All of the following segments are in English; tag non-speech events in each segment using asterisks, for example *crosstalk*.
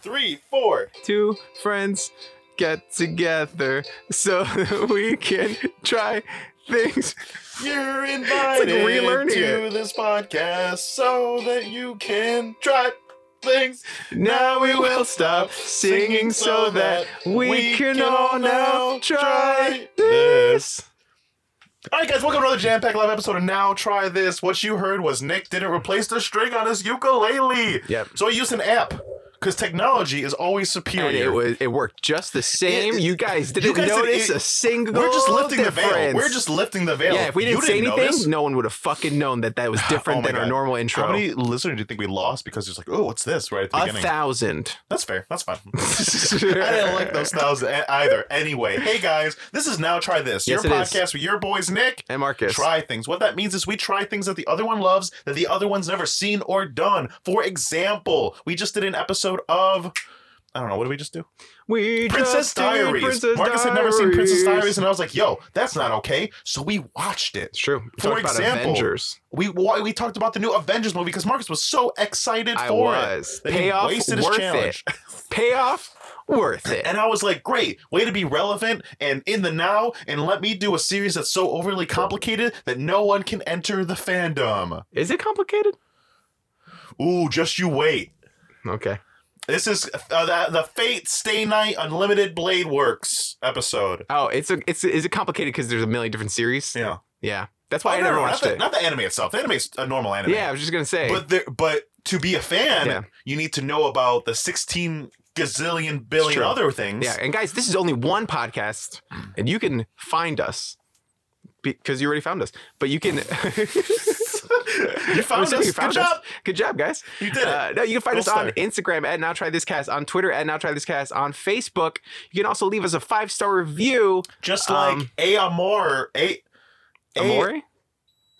three, four. Two friends get together so *laughs* that we can try things. You're invited relearning to it. this podcast so that you can try things. Now we will stop singing so that we can all now try this. All right, guys, welcome to another Jam Pack Live episode of Now Try This. What you heard was Nick didn't replace the string on his ukulele. Yep. So he used an app because technology is always superior. And it was it worked just the same. It- you guys didn't guys didn't- notice it- a single. We're just lifting difference. the veil. We're just lifting the veil. yeah. If we You didn't, say anything, notice? no one would have fucking known that that was *sighs* Oh different my than our God. normal intro. How many listeners do you think we lost because it's like, oh, what's this right at the a beginning? thousand. That's fair. That's fine. *laughs* I I didn't like those styles *laughs* e- either. Anyway, hey guys, this is Now Try This, your Yes, it is. podcast with your boys, Nick. And Marcus, Try things. What that means is we try things that the other one loves that the other one's never seen or done. For example, we just did an episode of. I don't know. What did we just do? we Princess just did Diaries. Princess Marcus had never seen Princess Diaries, It's and I was like, "Yo, that's not okay." So we watched it. true. We For talked about example, Avengers. We wa- we talked about the new Avengers movie because Marcus was so excited I for it was that he payoff wasted his worth challenge. *laughs* it. Payoff worth it. And I was like, great, way to be relevant and in the now, and let me do a series that's so overly complicated that no one can enter the fandom. Is it complicated? Ooh, just you wait. Okay. This is uh, the, the Fate Stay Night Unlimited Blade Works episode. Oh, it's a it's is it complicated because there's a million different series? Yeah. Yeah, that's Oh, why I no, never no, watched not The, it. not the anime itself. The anime's a normal anime. Yeah, I was just gonna say. But, there, but to be a fan, Yeah. you need to know about the 16 gazillion billion true. other things. Yeah, and guys, this is only one podcast, and you can find us because you already found us. But you can. *laughs* *laughs* You found We're saying us. you Good found us. job. Good job, guys. You did it. Uh, no, you can find Gold us on star. Instagram at Now Try This Cast, on Twitter at Now Try This Cast, on Facebook. You can also leave us a five star review. Just like Um, A. Amor. A. A- Amore?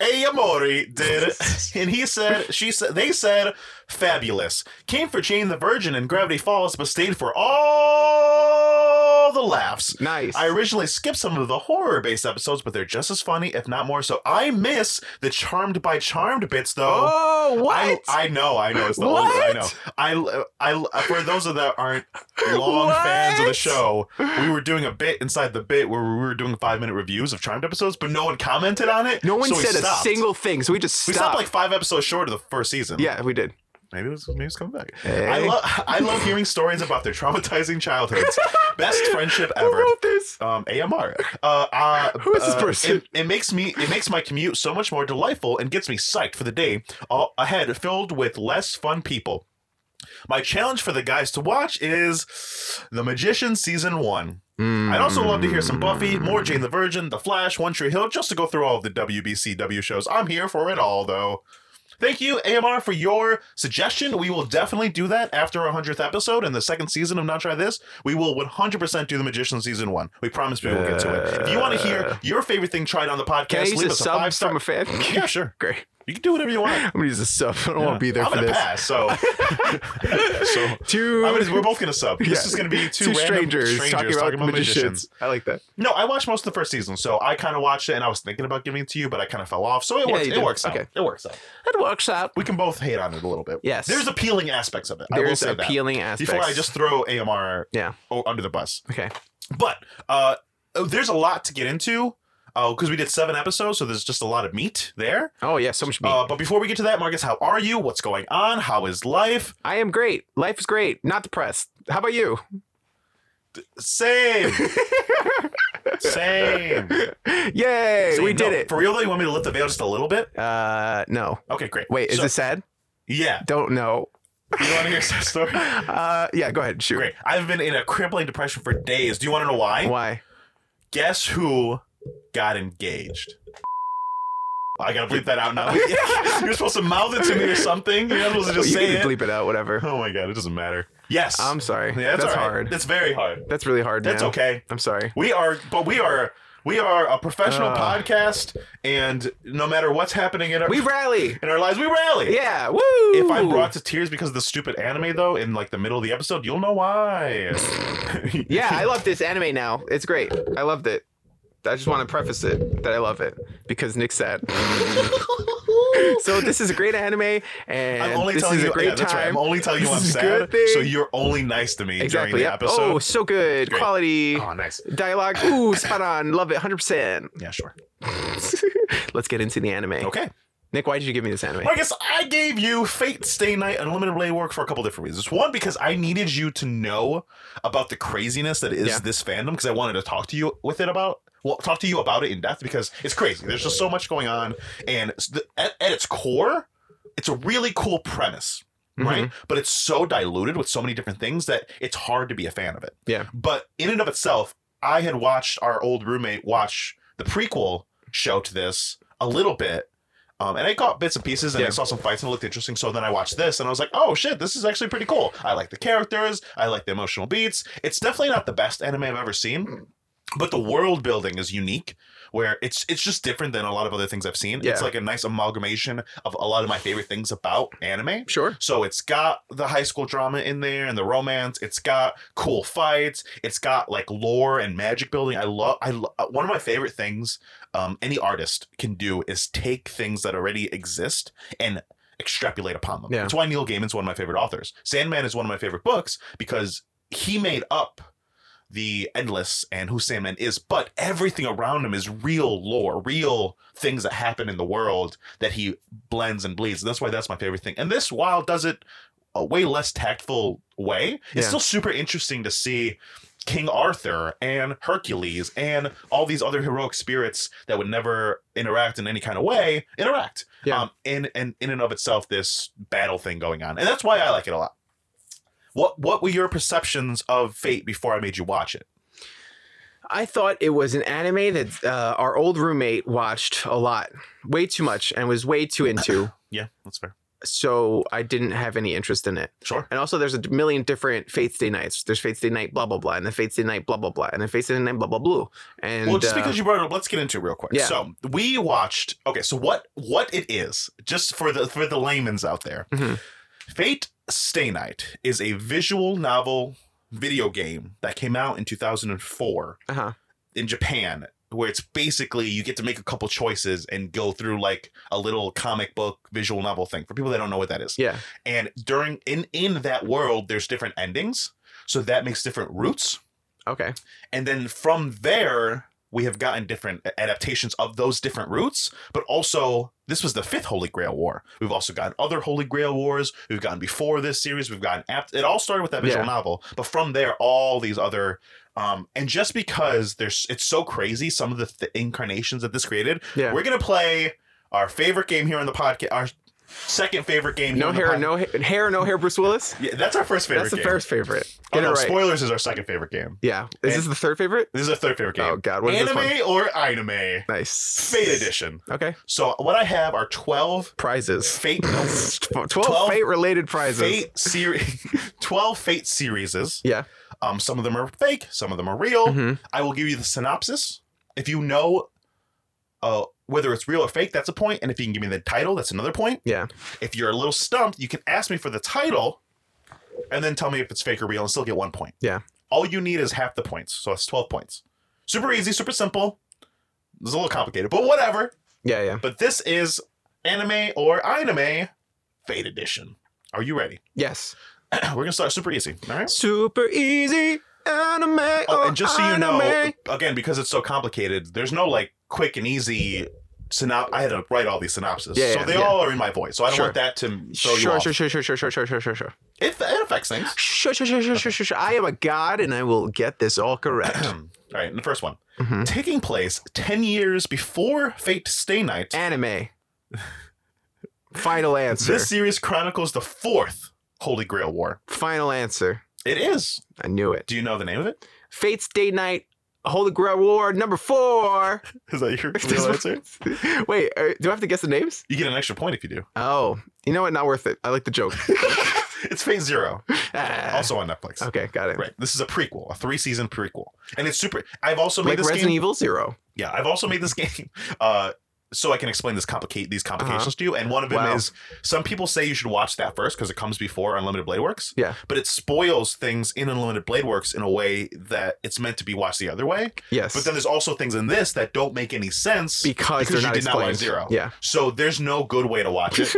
A. Amori did *laughs* it. And he said, she said, they said, fabulous. Came for Jane the Virgin and Gravity Falls, but stayed for all the laughs. Nice. I originally skipped some of the horror based episodes, but they're just as funny, if not more so. I miss the Charmed by Charmed bits, though. oh, what? I, I know, I know. It's the What? oldest. I know. I, I, for those of that aren't long What? fans of the show, we were doing a bit inside the bit where we were doing five minute reviews of Charmed episodes, but no one commented on it. no one so we said a stopped. single thing, so we just stopped. We stopped like five episodes short of the first season. yeah, Eh. we did. maybe it was maybe it's coming back. Hey. I love I love hearing stories about their traumatizing *laughs* childhoods. Best friendship ever. Who wrote this? Um, AMR. Uh, uh, Who is this uh, person? It, it makes me. It makes my commute so much more delightful and gets me psyched for the day all ahead, filled with less fun people. My challenge for the guys to watch is The Magician season one. I'd also love to hear some Hmm. Buffy, Mm-hmm. more Jane the Virgin, The Flash, One Tree Hill, just to go through all of the WBCW shows. I'm here for it all, though. Thank you, AMR, for your suggestion. We will definitely do that after our 100th episode and the second season of Not Try This. We will 100% do The Magician Season 1. We promise we will get to it. If you want to hear your favorite thing tried on the Can I podcast, use leave a us a sub five from star. a *laughs* fan? Yeah, sure. *laughs* Great. You can do whatever you want. I'm gonna use a sub. I don't want to be there I'm for gonna this. pass, so. *laughs* so. Two. I mean, we're both gonna sub. This is gonna be two, random strangers, talking about, magicians. magicians. I like that. No, I watched most of the first season, so I kind of watched it, and I was thinking about giving it to you, but I kind of fell off. So it Yeah, works. you It did. works. Out. Okay. It works out. It works out. We can both hate on it a little bit. Yes. There's appealing aspects of it. I will There's say that. appealing aspects. Before I just throw AMR Yeah. o- under the bus, Okay. but uh, there's a lot to get into because we did seven episodes, so there's just a lot of meat there. Oh yeah, so much meat. Uh, but before we get to that, Marcus, how are you? What's going on? How is life? I am great. Life is great. Not depressed. How *laughs* about you? *laughs* Same. Same. Yay, Same. we did No, it. For real though, you want me to lift the veil just a little bit? uh, no. Okay, great. Wait, is So- this sad? Yeah. Don't know. You want to hear some story? Uh, yeah, go ahead. Shoot. Great. I've been in a crippling depression for days. Do you want to know why? Why? Guess who got engaged? I gotta bleep that out now. *laughs* You're supposed to mouth it to me or something. You're not supposed to just Oh, you say can it. bleep it out. *laughs* Whatever. Oh my god, it doesn't matter. Yes. I'm sorry. Yeah, that's that's all right. hard. That's very hard. That's really hard. That's man. okay. *laughs* I'm sorry. We are, but we are, we are a professional Uh. podcast, and no matter what's happening in our We rally. in our lives, we rally. Yeah. Woo. If I'm brought to tears because of the stupid anime, though, in like the middle of the episode, *laughs* you'll know why. *laughs* Yeah, I love this anime now. It's great. I loved it. I just want to preface it that I love it because *laughs* Nick's sad. so this is a great anime, and I'm only this telling is you. a great yeah, that's right. time. I'm only telling you This I'm is a sad. good thing. So you're only nice to me exactly. during the yep. episode. Oh, so good great. quality. Oh, nice. Dialogue, *laughs* ooh, spot on, love it, hundred percent. *laughs* Yeah, sure. Let's get into the anime. Okay. Nick, why did you give me this anime? Marcus, I gave you Fate Stay Night Unlimited Blade Work for a couple different reasons. One, because I needed you to know about the craziness that is Yeah. this fandom, because I wanted to talk to you with it about. Well, talk to you about it in depth because it's crazy. There's just so much going on, and it's the- at, at its core, it's a really cool premise, Mhm. right? But it's so diluted with so many different things that it's hard to be a fan of it. Yeah. But in and of itself, I had watched our old roommate watch the prequel show to this a little bit. Um, and I caught bits and pieces and I Yeah. saw some fights and it looked interesting. So then I watched this and I was like, oh shit, this is actually pretty cool. I like the characters. I like the emotional beats. It's definitely not the best anime I've ever Hmm. seen, but the world building is unique where it's it's just different than a lot of other things I've seen. It's Yeah. like a nice amalgamation of a lot of my favorite things about anime. Sure. So it's got the high school drama in there and the romance. It's got cool fights. It's got like lore and magic building. I love. I lo- uh, one of my favorite things um, any artist can do is take things that already exist and extrapolate upon them. Yeah. That's why Neil Gaiman's one of my favorite authors. Sandman is one of my favorite books because he made up the endless and who Sandman is, but everything around him is real lore, real things that happen in the world that he blends and bleeds. And that's why that's my favorite thing. And this, while does it a way less tactful way, it's Yeah. still super interesting to see King Arthur and Hercules and all these other heroic spirits that would never interact in any kind of way interact. Yeah. Um, in and in and of itself, this battle thing going on, and that's why I like it a lot. What what were your perceptions of Fate before I made you watch it? I thought it was an anime that uh, our old roommate watched a lot, way too much, and was way *laughs* too into. Yeah, that's fair. so I didn't have any interest in it. Sure. And also, there's a million different Fates Day nights. There's Fates Day night, blah blah blah, and then Fates Day night, blah blah blah, and then Fates Day night, blah blah blah. And well, just uh, because you brought it up, let's get into it real quick. Yeah. So we watched. Okay, so what what it is just for the for the layman's out there, Mhm. Fate Stay Night is a visual novel video game that came out in 2004 Uh-huh. in Japan, where it's basically you get to make a couple choices and go through like a little comic book visual novel thing. For people that don't know what that is, yeah, and during in in that world, there's different endings, so that makes different routes. okay, And then from there, we have gotten different adaptations of those different routes, but also this was the fifth Holy Grail War. We've also gotten other Holy Grail Wars. We've gotten before this series. We've gotten apt. It all started with that visual Yeah. novel, but from there, all these other. Um, and just because there's, it's so crazy. Some of the th- incarnations that this created. yeah. We're gonna play our favorite game here on the podcast. Our second favorite game. no here hair, on the pod- no ha- hair, no hair. Bruce Willis. Yeah, that's our first favorite. That's the game. first favorite. Oh, Get no, it right. Spoilers is our second favorite game. yeah. Is this the third favorite? This is our third favorite game Oh God, what is this one? anime or anime Nice. fate edition Okay. so what i have are 12 Prizes. *laughs* fate no, Twelve, 12 fate-related prizes. fate *laughs* series 12 fate series Yeah. um some of them are fake some of them are real Mhm. i will give you the synopsis if you know uh whether it's real or fake that's a point and if you can give me the title that's another point Yeah. if you're a little stumped you can ask me for the title and then tell me if it's fake or real and still get one point Yeah. all you need is half the points so that's 12 points super easy super simple it's a little complicated but whatever Yeah. Yeah. But this is anime or anime Fate Edition. Are you ready? *clears throat* Yes. We're gonna start super easy. All right. Super easy anime. Oh, or and just so you anime. know, again, because it's so complicated, there's no like quick and easy. Synop- I had to write all these synopses, Yeah, so yeah, they yeah. all are in my voice. So I don't Sure. want that to throw you Sure, off. sure, sure, sure, sure, sure, sure, sure, sure, sure. It, it affects things. *clears throat* Sure, sure, sure, sure, sure, sure, sure. I am a god and I will get this all *clears throat* correct. all right. And the first one Mhm. taking place ten years before Fate Stay Night. Anime. Final answer. this series chronicles the fourth Holy Grail War. Final answer. It is. I knew it. Do you know the name of it? Fate's Day Night, Holy Grail War, *laughs* number four. Is that your *laughs* real answer? Wait, uh, do I have to guess the names? You get an extra point if you do. Oh, you know what? Not worth it. I like *laughs* the joke. it's Phase Zero, Ah. also on Netflix. okay, got it. Right. This is a prequel, a three season prequel, and it's super. I've also made Like this Resident game. Evil Zero. *laughs* Yeah, I've also made this game. Uh, so I can explain this complicate these complications to you. And one of them Uh-huh. Wow. is some people say you should watch that first because it comes before Unlimited Blade Works. Yeah. But it spoils things in Unlimited Blade Works in a way that it's meant to be watched the other way. Yes. But then there's also things in this that don't make any sense because, they're you not did not watch explained. zero. Yeah. So there's no good way to watch *laughs* it.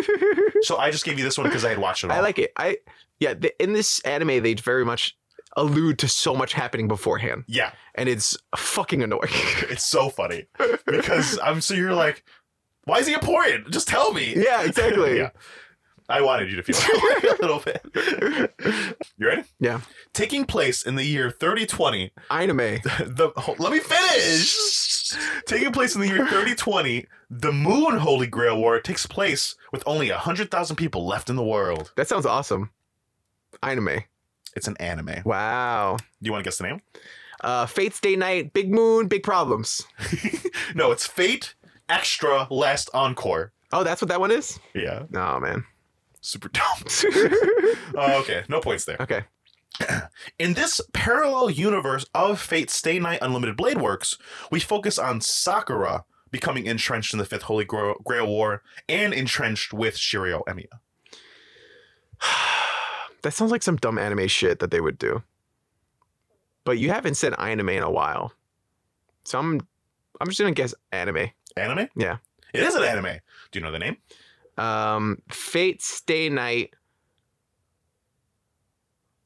so I just gave you this one because I had watched it all. I like it. I yeah. The, in this anime, they very much allude to so much happening beforehand, yeah, and it's fucking annoying. *laughs* it's so funny because I'm so you're like, why is he important? Just tell me. yeah, exactly. Yeah. I wanted you to feel that way a little bit. *laughs* You ready? Yeah. Taking place in the year 3020, Anime. *laughs* the hold- let me finish. Taking place in the year 3020, the Moon Holy Grail War takes place with only 100,000 people left in the world. That sounds awesome. Anime. It's an anime. Do Wow. you want to guess the name? Uh, Fate's Day Night. Big Moon. Big Problems. no, it's Fate Extra Last Encore. Oh, that's what that one is. Yeah, No, man. *laughs* super dumb. Oh, okay, no points there. okay. *sighs* In this parallel universe of Fate's Stay Night Unlimited Blade Works, we focus on Sakura becoming entrenched in the Fifth Holy Gra- Grail War and entrenched with Shirio Emiya. That sounds like some dumb anime shit that they would do. But you haven't said anime in a while, so I'm I'm just gonna guess anime. Anime? Yeah. It is an anime. Do you know the name? Um, Fate's Day Night.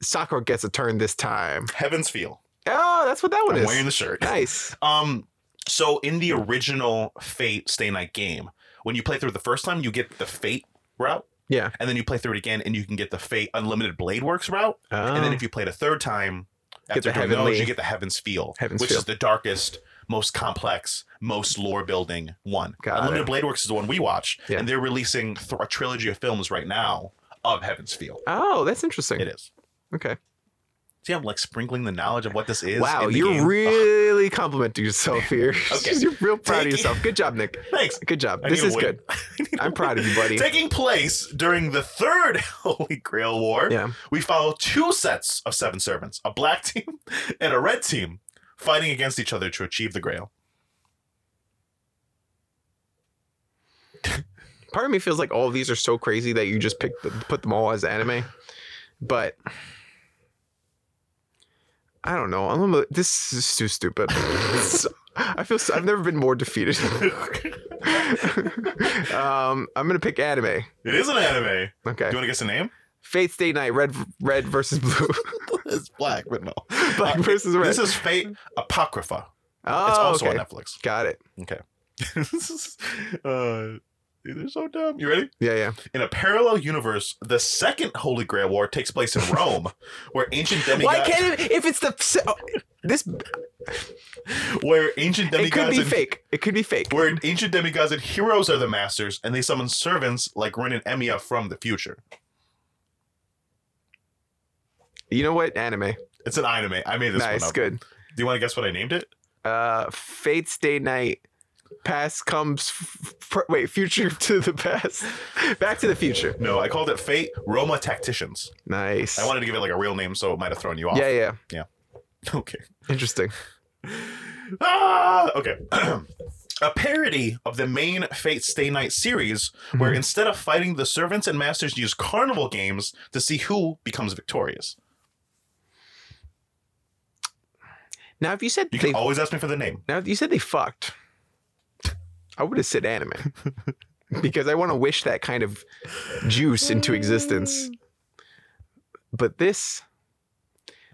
Sakura gets a turn this time. Heaven's Feel. Oh, that's what that one I'm is. wearing the shirt. nice. Um, so in the original Fate Stay Night game, when you play through it the first time, you get the Fate route. Yeah. And then you play through it again and you can get the Fate Unlimited Blade Works route. And then if you played a third time, Oh. Get after the doing heavenly- those, you get the Heaven's Feel, Heaven's which Feel. is the darkest, most complex, most lore building one. Got Unlimited it. Blade Works is the one we watch, Yeah. and they're releasing th- a trilogy of films right now of Heaven's Feel. oh, that's interesting. It is. Okay. See, I'm like sprinkling the knowledge of what this is. Wow, in the you're game. Ugh, really *laughs* complimenting yourself here. Okay. *laughs* you're real proud Take- of yourself. Good job, Nick. *laughs* thanks. Good job. I this need a is win. good. *laughs* I need a I'm proud of you, buddy. Taking place during the third *laughs* Holy Grail War, Yeah. we follow two sets of seven servants, a black *laughs* team and a red team, fighting against each other to achieve the grail. Part of me feels like all of these are so crazy that you just picked them, put them all as anime, but I don't know. I'm a, this is too stupid. *laughs* It's- I feel so, I've never been *laughs* more defeated. *laughs* um, I'm gonna pick anime. It is an anime. Do Okay, you want to guess the name? Fate's Day Night, red red versus blue, *laughs* *laughs* it's black, but no. black versus red. Uh, This is Fate Apocrypha. oh, It's also okay. on Netflix. *laughs* Got it. uh, they're so dumb. You ready? Yeah, yeah. In a parallel universe, the second Holy Grail War takes place in Rome, *laughs* where ancient Why demigods, can't it? If it's the oh, this, where ancient it could demigods, be and, fake. It could be fake. where ancient demigods and heroes are the masters, and they summon servants like Rin and Emiya from the future. You know what? Anime. It's an anime. I made this one nice. up. Good. Do you want to guess what I named it? uh fate's day night past comes f- f- wait future *laughs* to the past back to the future No, I called it Fate Roma Tacticians. nice I wanted to give it like a real name, so it might have thrown you off. yeah yeah *laughs* Okay. interesting Ah, okay. *clears throat* a parody of the main Fate Stay Night series, Hmm. where instead of fighting, the servants and masters use carnival games to see who becomes victorious. now if you said You they can always ask me for the name. now if you said they fucked i would have said anime *laughs* because i want to wish that kind of juice into existence but this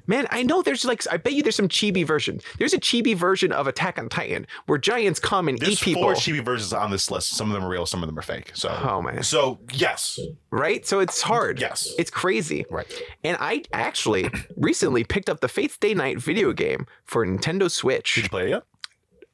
Man, I know there's like I bet you there's some chibi version. There's a chibi version of Attack on Titan where giants come and There's eat people. four chibi versions on this list. Some of them are real, some of them are fake. So, oh man. so yes, Right? So it's hard. yes, It's crazy. right. And I *coughs* actually recently picked up the Fate's Day Night video game for Nintendo Did Switch. you play it? yet?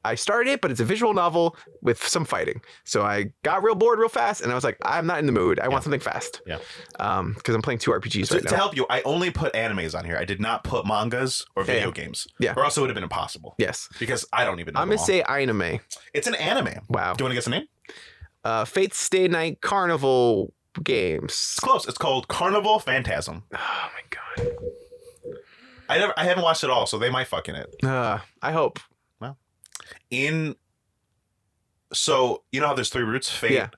I started it, but it's a visual novel with some fighting. So I got real bored real fast and I was like, I'm not in the mood. I want something fast. Yeah. Um, because I'm playing two RPGs To, right to now. help you, I only put animes on here. I did not put mangas or video yeah. games. Yeah. Or else it would have been impossible Yes. because I don't even know. I'm them gonna all. say anime. it's an anime. Do Wow. you want to guess the name? Uh Fate's Day Night Carnival games. It's close. It's called Carnival Phantasm. Oh my god. I never, I haven't watched it all, so they might fuck in it. Uh, I hope. In So you know how there's three roots: fate, Yeah.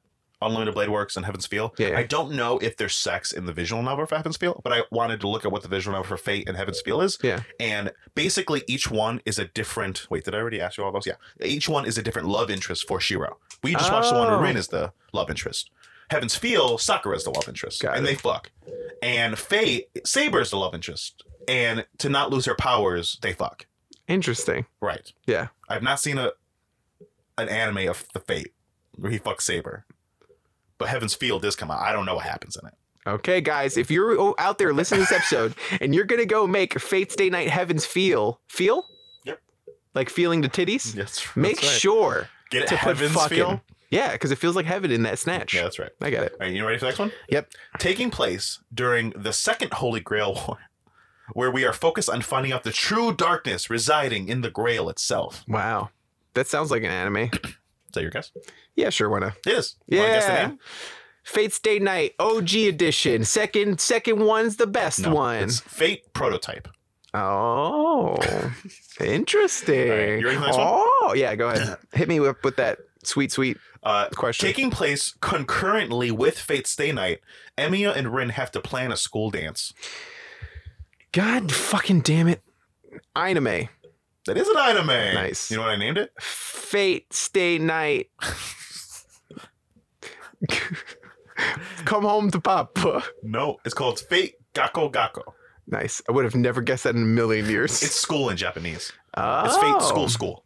unlimited blade works, and heaven's feel. Yeah, yeah. I don't know if there's sex in the visual novel for heaven's feel, but I wanted to look at what the visual novel for fate and heaven's feel is. Yeah. And basically, each one is a different. Wait, did I already ask you all those? Yeah. Each one is a different love interest for Shiro. We just watched the one where Oh. Rin is the love interest. Heaven's feel, Sakura is the love interest, Got and it. they fuck. And fate, Saber is the love interest, and to not lose her powers, they fuck. Interesting. Right. Yeah. I've not seen a an anime of the Fate where he fucks Saber. But Heaven's Field does come out. I don't know what happens in it. Okay, guys, if you're o- out there listening to this *laughs* episode and you're gonna go make Fate's Day Night Heavens feel feel, Yep. like feeling the *laughs* titties, That's, make sure get it to put Heaven's fucking. Field. Yeah, because it feels like heaven in that snatch. Yeah, that's right. I got it. All right, you ready for the next one? Yep. Taking place during the Second Holy Grail *laughs* War, where we are focused on finding out the true darkness residing in the Grail itself. Wow, that sounds like an anime. Is that your guess? Yeah, sure, why not? It is. Wanna guess the Yeah. name? Fate's Day Night OG edition. Second second one's the best No, one. It's Fate Prototype. *laughs* Oh. interesting. All right, you ready for the next one? oh, yeah, go ahead. Hit me with, with that sweet sweet Uh, question. Taking place concurrently with Fate's Day Night, Emiya and Rin have to plan a school dance. God fucking damn it. Anime. That is an anime. Nice. You know what I named it? Fate Stay Night. Come home to Papa. No, it's called Fate Gakko Gakko. *laughs* Nice. I would have never guessed that in a million years. It's school in Japanese. oh. It's Fate School School.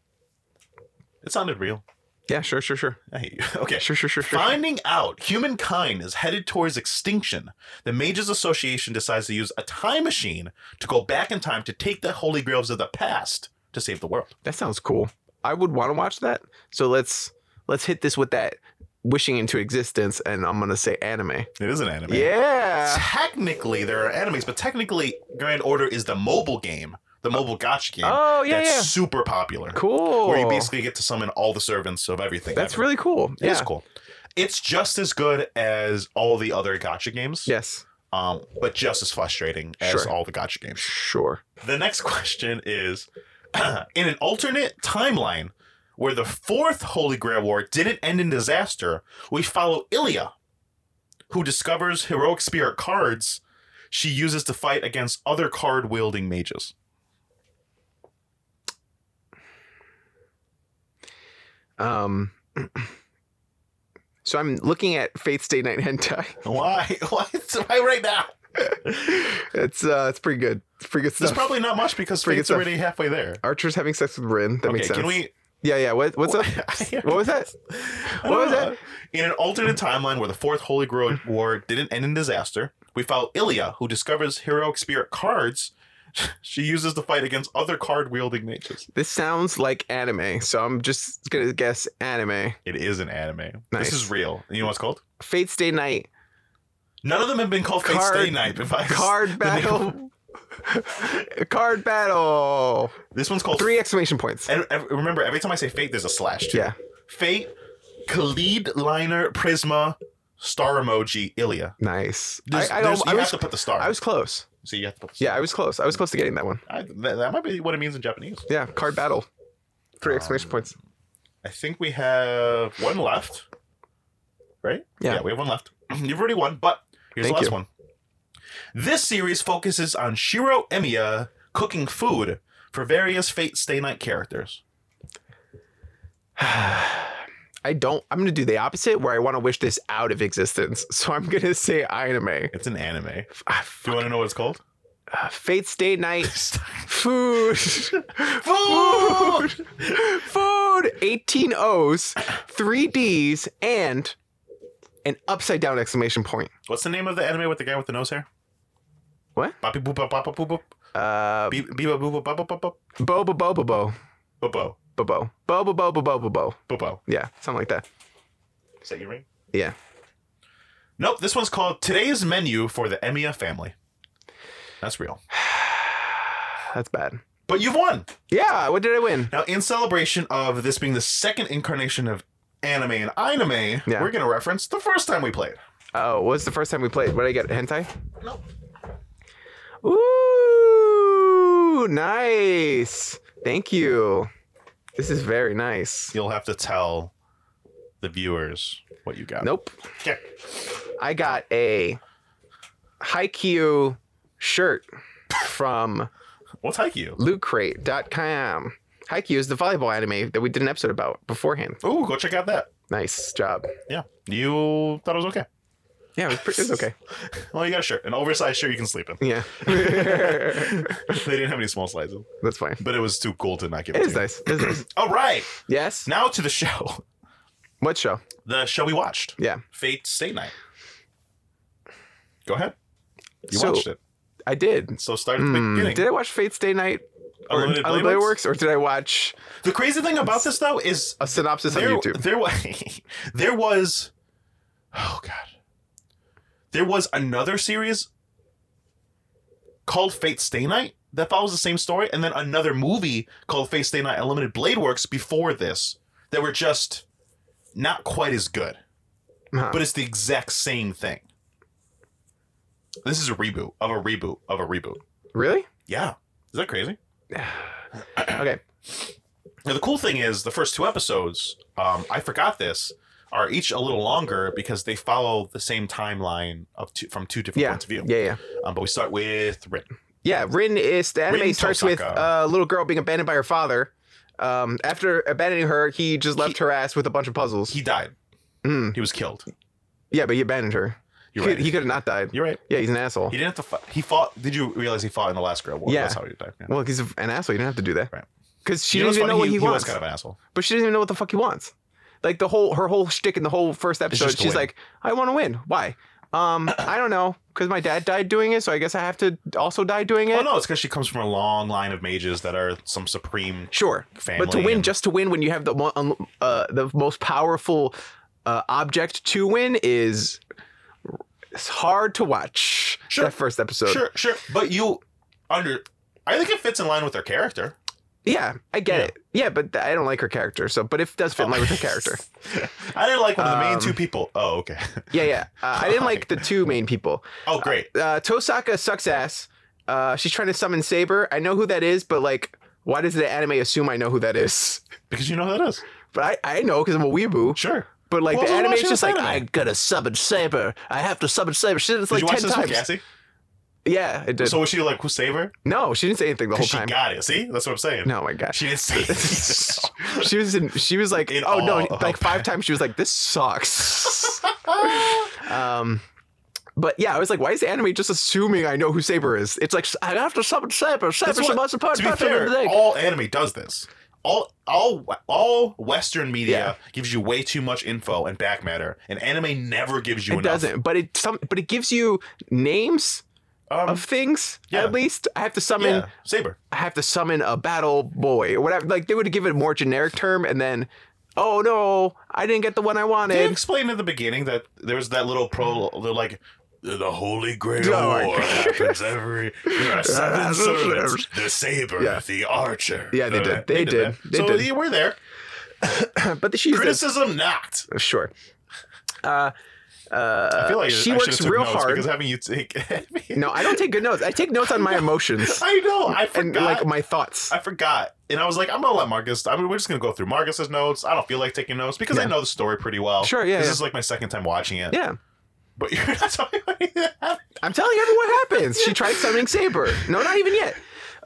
It sounded real. Yeah, sure, sure, sure. I hate you. *laughs* Okay. Sure, sure, sure, sure. Finding out humankind is headed towards extinction, the Mages Association decides to use a time machine to go back in time to take the holy grails of the past to save the world. That sounds cool. I would want to watch that. So let's let's hit this with that wishing into existence, and I'm gonna say anime. It is an anime. Yeah. Technically, there are animes, but technically, Grand Order is the mobile game, the mobile gotcha game. Oh yeah, that's yeah. super popular. Cool. Where you basically get to summon all the servants of everything. That's ever. really cool. It yeah. is cool. It's just as good as all the other gotcha games, Yes. um, but just as frustrating as Sure. all the gotcha games. Sure. The next *laughs* question is *clears throat* in an alternate timeline where the fourth Holy Grail War didn't end in disaster, we follow Ilya, who discovers heroic spirit cards she uses to fight against other card wielding mages. Um. *clears throat* So I'm looking at Faith Stay Night Hentai. Why? Why, why right now? *laughs* it's uh, it's pretty good. It's pretty good There's stuff. probably not much because Pretty good Fate's stuff. already halfway there. Archer's having sex with Rin. That okay, makes sense. can we? Yeah, yeah. What, *laughs* what's up? What was that? What was that? In an alternate timeline where the Fourth Holy Grail War didn't end in disaster, we follow Ilya, who discovers heroic spirit cards *laughs* she uses to fight against other card wielding mages. This sounds like anime. So I'm just gonna guess anime. It is an anime. Nice. This is real. You know what's called? Fate's Day Night None of them have been called Fate's Card- Day Night. If I- *laughs* card battle. *laughs* card battle. This one's called. Three exclamation points. And ev- remember, every time I say Fate, there's a slash. Too. Yeah, Fate, Khalid, Liner, Prisma, Star Emoji, Ilya. nice. I, There's- I, there's- al- you I have was to put the star. I was close. so you have to put the star. Yeah, I was close. I was close to getting that one. I, that, that might be what it means in Japanese. Yeah, card battle. Three exclamation points. *sighs* I think we have one left. Right? Yeah. we have one left. *clears throat* You've already won, but here's Thank the last you. one. This series focuses on Shiro Emiya cooking food for various Fate Stay Night characters. I don't. I'm gonna do the opposite, where I want to wish this out of existence. *laughs* So I'm gonna say anime. It's an anime. Ah, Do you want to know what it's called? uh, Fate's Day Night Food! food. food. Food. 18 O's, three D's, and an upside down exclamation point. What's the name of the anime with the guy with the nose hair? What? Boppy boop bop bop bop boop bop. Uh, Beep beep boop bop bop bop bop bop. Bobo Bobo Bobo Bopo. Bobo Bobo Bobo Bobo Bobo. Bopo. Yeah, something like that. Is that your ring? Yeah. Nope, this one's called Today's Menu for the Emiya Family. That's real. That's bad. But you've won! Yeah, what did I win? Now, in celebration of this being the second incarnation of anime and anime, Yeah. we're going to reference the first time we played. Oh, what's the first time we played? What did I get? Hentai? No. Ooh, nice. Thank you. This is very nice. You'll have to tell the viewers what you got. Nope. Okay. I got a Haikyuu shirt from What's Haikyuu? lootcrate.com. Haikyuu is the volleyball anime that we did an episode about beforehand. Ooh, go check out that. Nice job. Yeah. You thought it was okay. Yeah, it was, pretty, it was okay. Well, you got a shirt, an oversized shirt you can sleep in. *laughs* *laughs* Yeah. *laughs* they didn't have any small sizes, That's fine. but it was too cool to not give It it, is to you. nice. It is *clears throat* nice. All right. Yes. Now to the show. *laughs* What show? The show we watched. Yeah. Fate State Night. Go ahead. You So- watched it. I did. So start at the Hmm, beginning. did I watch Fate's Day Night or Unlimited Playmates? Unlimited Works or did I watch The crazy thing about this though is a synopsis on there, YouTube? there was *laughs* there was oh god. There was another series called Fate Stay Night that follows the same story, and then another movie called Fate Stay Night Unlimited Blade Works before this that were just not quite as good. Huh. But it's the exact same thing. This is a reboot of a reboot of a reboot. Really? *sighs* Yeah. Is that crazy? okay. Now, the cool thing is, the first two episodes, um, I forgot this, are each a little longer because they follow the same timeline of two, from two different Yeah. points of view. Yeah, yeah. Um, but we start with Rin. Yeah, Rin is the anime Rin starts with Sosaka. a little girl being abandoned by her father. Um, after abandoning her, he just left her ass with a bunch of puzzles. He died. Mm. He was killed. yeah, but he abandoned her. You're he, right. he could have not died. You're right. Yeah, he's an asshole. He didn't have to fight. He fought. Did you realize he fought in the last Girl War? Yeah. That's how he died. Yeah. Well, he's an asshole. You don't have to do that. Right. Because she You doesn't what's funny? even know what he, was wants. kind of an asshole. But she doesn't even know what the fuck he wants. Like the whole her whole shtick in the whole first episode, just to she's win. like, "I want to win. Why? Um, I don't know. Because my dad died doing it, so I guess I have to also die doing it. Well, Oh, no, it's because she comes from a long line of mages that are some supreme Sure, family. but to win, and- just to win, when you have the mo- un- uh, the most powerful uh, object to win is it's hard to watch. Sure. That first episode. sure, sure. But you under. I think it fits in line with her character. Yeah, I get Yeah. it. Yeah, but th- I don't like her character. So, but it does fit in line *laughs* with her character. I didn't like one of the main Um, two people. Oh, okay. Yeah, yeah. Uh, I didn't like the two main people. Oh, great. Uh, Tosaka sucks ass. Uh, she's trying to summon Saber. I know who that is, but like, why does the anime assume I know who that is? *laughs* Because you know who that is. But I, I know because I'm a weeaboo. Sure. But like Well, the who anime is watches just like anime? I gotta summon Saber. I have to summon Saber. She did this Did like you watch ten this times. with Cassie? Yeah, it did. So was she like, who save her? no, she didn't say anything the whole Because she time. got it. See? That's what I'm saying. no, my gosh. *laughs* She didn't say *laughs* *laughs* it. she was in, she was like In oh no awe of like her five times she was like *laughs* this sucks um but yeah i was like why is the anime just assuming i know who saber is it's like i have to summon saber saber's what- the most to important be part of the fair, thing all anime does this. All, all, all Western media gives you way too much info and back matter, and anime never gives you it enough. doesn't but it some but it gives you names Um, of things yeah. at least i have to summon yeah, Saber. I have to summon a battle boy or whatever. Like they would give it a more generic term and then, oh no, I didn't get the one I They wanted. explained at the beginning that there was that little pro. They're like, the Holy Grail Oh, my War God. happens *laughs* every. There are seven That's servants: the saber, Yeah. the archer. Yeah, they Uh, did. They that. did. They so did. yeah, we're there. *clears throat* but she's this, Criticism knocked. sure. Uh, I feel like she I should've works took real notes hard. because having you take. *laughs* no, I don't take good notes. I take notes on my emotions I know. I forgot. and like my thoughts. I forgot, and I was like, I'm gonna let Marcus. I mean, we're just gonna go through Marcus's notes. I don't feel like taking notes because I Yeah. know the story pretty well. Sure, yeah, This yeah. is like my second time watching it. Yeah, But *laughs* you're not talking about anything that happened. I'm telling everyone what happens. She tried summoning Saber. No, not even yet.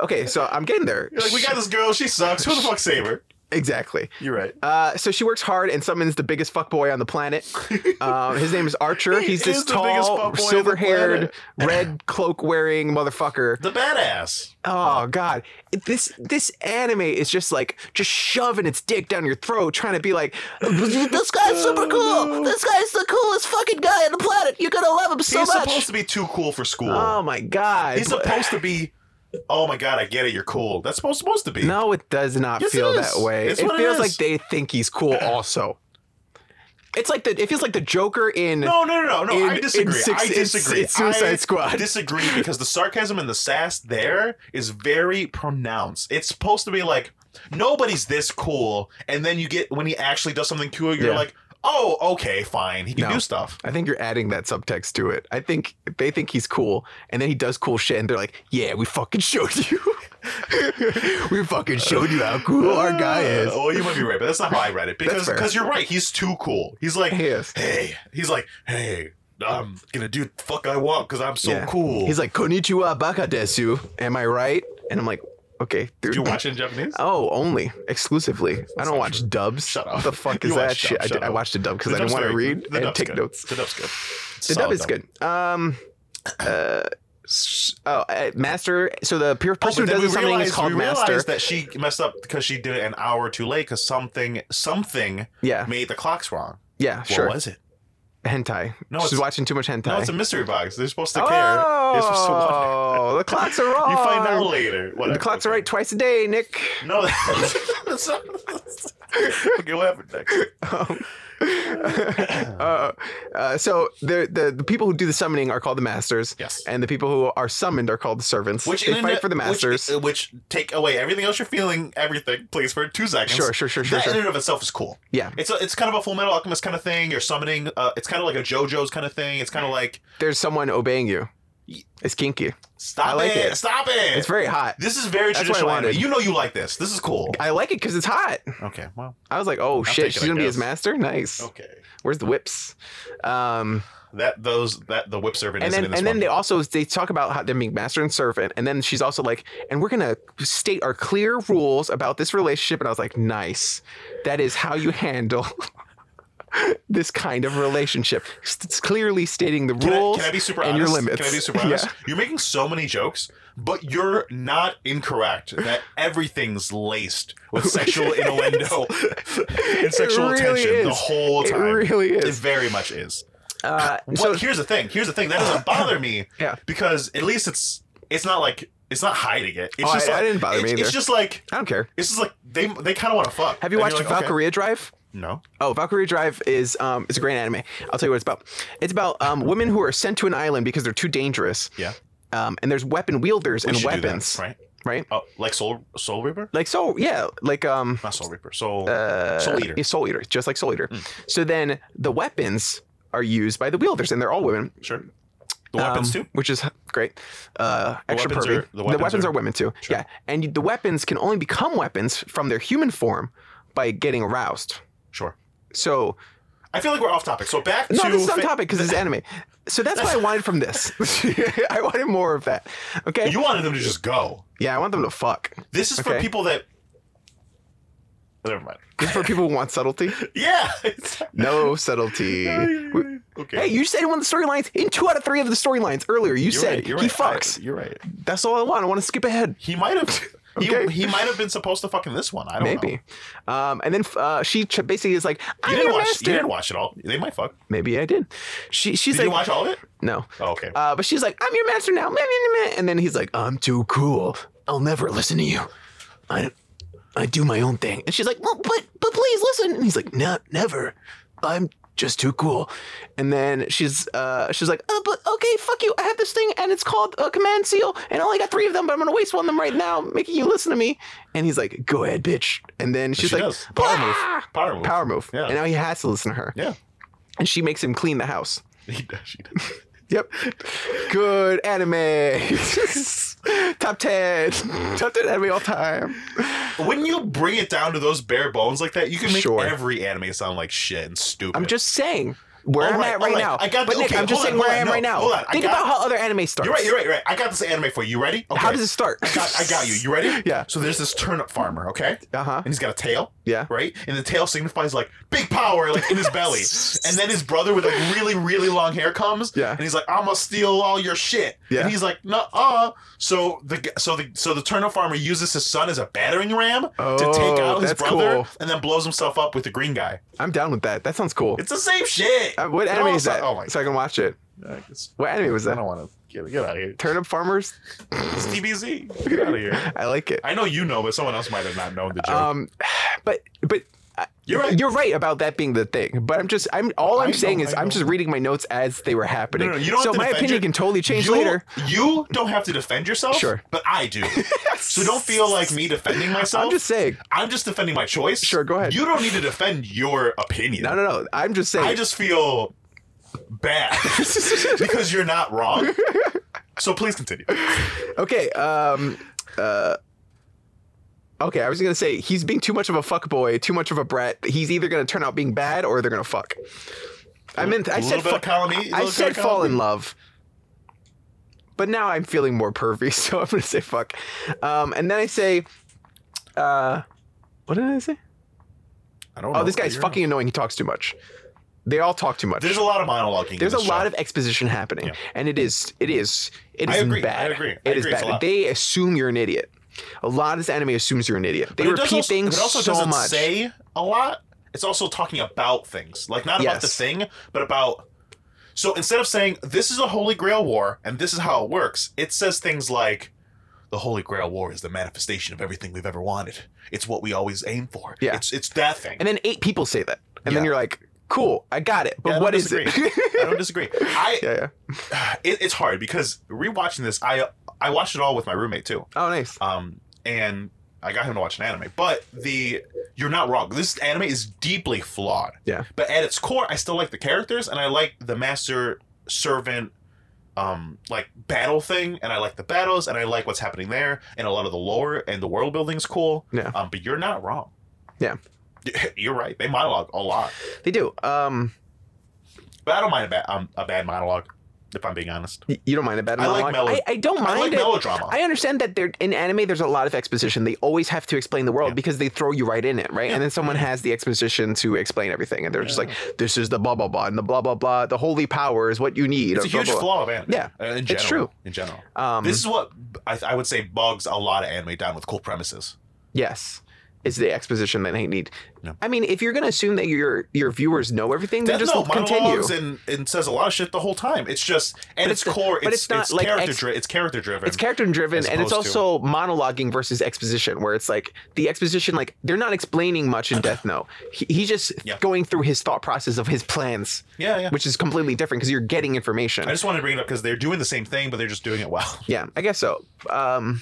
Okay, so I'm getting there. You're like, we got this girl. She sucks. Who the fuck save her? exactly. You're right. Uh, so she works hard and summons the biggest fuckboy on *laughs* the planet. Um, his name is Archer. He He's this is the biggest fuckboy on tall, the silver-haired, *laughs* red cloak-wearing motherfucker. The badass. Oh god, It- this this anime is just like just shoving its dick down your throat, trying to be like, this guy's super cool. This guy's the coolest fucking guy on the planet. You're gonna love him so He's much. supposed to be too cool for school. oh my god. He's supposed to be. Oh my god, I get it. You're cool. That's supposed supposed to be. no, it does not Yes, it feel is. that way. It's it what it feels is. like they think he's cool. Also, it's like the it feels like the Joker in No, no, no, no, no. In- I disagree. in six- I in- disagree. in Suicide I Squad. *laughs* disagree because the sarcasm and the sass there is very pronounced. It's supposed to be like nobody's this cool, and then you get when he actually does something cool, you're Yeah. like, oh, okay, fine, he can No. do stuff. I think you're adding that subtext to it. I think they think he's cool, and then he does cool shit, and they're like, "Yeah, we fucking showed you." *laughs* we fucking showed you how cool our guy is. *laughs* Oh, you might be right, but that's not how I read *laughs* it because fair. because you're right. He's too cool. He's like, He is. hey, he's like, hey, I'm gonna do the fuck I want because I'm so Yeah. cool. He's like, Konnichiwa baka desu. Am I right? And I'm like, okay, dude. do you watch it in Japanese? *laughs* Oh, only exclusively. I don't watch dubs. Shut up. What the *laughs* fuck You is that watch dub, shit? I, shut did, I up. watched the dub because The I didn't dub's want to very read good. The and dub's take good. notes. The dub's good. It's The dub solid is good. Um, uh, oh, uh, master. So the pure Oh, person but who then does something is realized- called we master. realized that she messed up because she did it an hour too late because something something Yeah. made the clocks wrong. yeah, Uh. sure. What was it? Hentai. No, she's it's- watching too much hentai. No, it's a mystery box. They're supposed to care. They're supposed to watch. oh, the clocks are *laughs* wrong. You find out later. Whatever. The clocks are Okay. right twice a day, Nick. No, *laughs* that's, that's not. *laughs* That's, okay, what happened next? Um, *laughs* uh, uh, so the, the the people who do the summoning are called the masters. Yes. And the people who are summoned are called the servants. Which they in- fight for the which- masters. uh, Which, take away everything else you're feeling, everything, please, for two seconds. Sure, sure, sure, sure, That sure. in and of itself is cool. yeah. It's a, it's kind of a Full Metal Alchemist kind of thing. You're summoning. Uh, it's kind of like a JoJo's kind of thing. It's kind of like There's someone obeying you. It's kinky. I stop like it, it. stop it. It's very hot. this is very That's what I traditional. anime. wanted. You know you like this. This is cool. I like it because it's hot. Okay, well, I was like, oh shit, taking she's a gonna be guess. Oh. his master. Nice. okay. Where's the whips? Um, That those that the whip servant and isn't then in and this then one. they also they talk about how they're being master and servant. And then she's also like, and we're gonna state our clear rules about this relationship. And I was like, nice. That is how you handle. *laughs* This kind of relationship. It's clearly stating the Can I- rules Can I, be super and honest? your limits. Can I be super *laughs* Yeah. honest? You're making so many jokes, but you're not incorrect that everything's laced *laughs* with sexual innuendo and sexual really tension the is. whole It time. really is. It very much is. Uh, *laughs* What, so here's the thing. Here's the thing. That *laughs* doesn't bother me. Yeah. Because at least it's it's not like it's not hiding it. It's Oh, just I- like, that didn't bother it's, me It's either. just like I don't care. it's just like they they kind of want to fuck. Have you And watched you're like, okay. Valkyria Drive? No. Oh, Valkyrie Drive is um, it's a great anime. I'll tell you what it's about. It's about um, women who are sent to an island because they're too dangerous. Yeah. Um, and there's weapon wielders We and should do that, weapons, right? right? Oh, like Soul Soul Reaper? Like so, yeah, like um, Not Soul Reaper. Soul uh, Soul Eater. Mm. yeah, Soul Eater, just like Soul Eater. So then the weapons are used by the wielders, and they're all women. Sure. The weapons um, too. which is great. Uh, extra weapons pervy. are- the weapons are, are- women too. Yeah, and the weapons can only become weapons from their human form by getting aroused. Sure. So I feel like we're off topic. So back No, to this is on fa- topic because it's anime. So that's what I wanted from this. *laughs* I wanted more of that. Okay. you wanted them to just go. yeah, I want them to fuck. This is for Okay. people that. Never mind. This is for people who want subtlety. Yeah. *laughs* it's- No subtlety. We- okay. hey, you said in one of the storylines, in two out of three of the storylines earlier, you You're said right, you're he right. I- fucks. you're right. That's all I want. I want to skip ahead. He might have. Okay. He, he might have been supposed to fucking this one. I don't know. Maybe. Um, and then uh, she ch- basically is like, You I'm didn't your watch. You master. didn't watch it all. They might fuck. Maybe I did. She, she's Did like, you watch all of it? no. Oh, okay. Uh, but she's like, I'm your master now. Meh, meh, meh, meh. And then he's like, I'm too cool. I'll never listen to you. I, I do my own thing. And she's like, well, but, but please listen. And he's like, no, never. I'm just too cool. And then she's, uh, she's like, uh, but okay, fuck you. I have this thing and it's called a command seal and I only got three of them, but I'm going to waste one of them right now, making you listen to me. And he's like, go ahead, bitch. And then she's she like, does. Power move. "Ah!" Power move. Power move. Yeah. And now he has to listen to her. Yeah. *laughs* And she makes him clean the house. He does. She does. Yep. Good anime. *laughs* Top 10. Top 10 anime all time. When you bring it down to those bare bones like that, you can make Sure. every anime sound like shit and stupid. I'm just saying where All I'm right, at right, all right. now. I got but the- Nick, okay, I'm just hold saying on, where I hold am on, right no, now. hold on, I Think got- about how other anime starts. You're right. You're right. You're right. I got this anime for you. You ready? Okay. How does it start? I got, I got you. You ready? *laughs* Yeah. So there's this turnip farmer, okay? Uh-huh. And he's got a tail. Yeah. Right? And the tail signifies like big power, like in his belly. and then his brother with like really, really long hair comes. Yeah. And he's like, I'ma steal all your shit. Yeah. And he's like, no uh. So the g- so the so the turnip farmer uses his son as a battering ram to take Oh, out his that's brother cool. and then blows himself up with the green guy. I'm down with that. That sounds cool. It's the same shit. Uh, what It anime all is sound- that? Oh my so I can watch it. god. It's- What anime was I that? don't want to get, get out of here. Turnip Farmers? It's TBZ. Get out of here. I like it. I know you know, but someone else might have not known the joke. Um, *sighs* but but uh, You're right. You're right about that being the thing. But I'm just I'm all I'm I saying know, is I I'm know. just reading my notes as they were happening. No, no, you don't so have to my defend your- opinion can totally change you, later. You don't have to defend yourself. Sure. But I do. so don't feel like me defending myself. I'm just saying. I'm just defending my choice. Sure, go ahead. You don't need to defend your opinion. No, no, no. I'm just saying. I just feel *laughs* bad because you're not wrong. So please continue. okay. Um. Uh. Okay, I was gonna say he's being too much of a fuck boy, too much of a brat. He's either gonna turn out being bad or they're gonna fuck. I meant I A said little bit fu- of column E, a I little said bit of fall column in love. But now I'm feeling more pervy, *laughs* so I'm gonna say fuck. Um, and then I say, uh, what did I say? I don't. Oh, know. this guy's You're- fucking annoying. He talks too much. They all talk too much. There's a lot of monologuing. There's in a this lot show. of exposition happening, Yeah. and it is it is it I is agree, bad. I agree, I It is agree, it's a bad. lot. They assume you're an idiot. A lot of this anime assumes you're an idiot. They But it does repeat also- things It also so doesn't much. say a lot. It's also talking about things, like not about the Yes. thing, but about. So instead of saying this is a Holy Grail war and this is how it works, it says things like, "The Holy Grail war is the manifestation of everything we've ever wanted. It's what we always aim for. Yeah. It's it's that thing." and then eight people say that, and then Yeah. you're like, "Cool, I got it." But Yeah, I don't what is disagree. it? I don't disagree. I *laughs* *sighs* yeah, yeah. it, it's hard because rewatching this, I I watched it all with my roommate too. Oh, nice. um, and I got him to watch an anime. But the you're not wrong. This anime is deeply flawed. Yeah. But at its core, I still like the characters, and I like the master servant, um, like battle thing, and I like the battles, and I like what's happening there, and a lot of the lore and the world building's cool. Yeah. Um, but you're not wrong. Yeah. *laughs* You're right. They monologue a lot, They do. Um, but I don't mind a bad um, a bad monologue. If I'm being honest, y- you don't mind a bad I like monologue. melo- I, I don't mind I like it. melodrama. I understand that there in anime there's a lot of exposition. They always have to explain the world Yeah. because they throw you right in it, right? And then someone has the exposition to explain everything, and they're just like, "This is the blah blah blah and the blah blah blah. The holy power is what you need." it's a or blah, huge blah, blah." flaw of anime. Yeah. uh, in general, It's true. In general, Um, this is what I, I would say bogs a lot of anime down with cool premises. yes, is the exposition that they need. No. I mean, if you're gonna assume that your your viewers know everything, then Death just Note continue. monologues and, and says a lot of shit the whole time. It's just at its, it's- core, but it's it's not it's like character ex- dri- it's character driven. It's character driven As and it's opposed to- also monologuing versus exposition, where it's like the exposition, like they're not explaining much in Death Note. He, he's just Yeah. going through his thought process of his plans. yeah, yeah. which is completely different because you're getting information. I just wanted to bring it up because they're doing the same thing, but they're just doing it well. *laughs* yeah, I guess so. Um,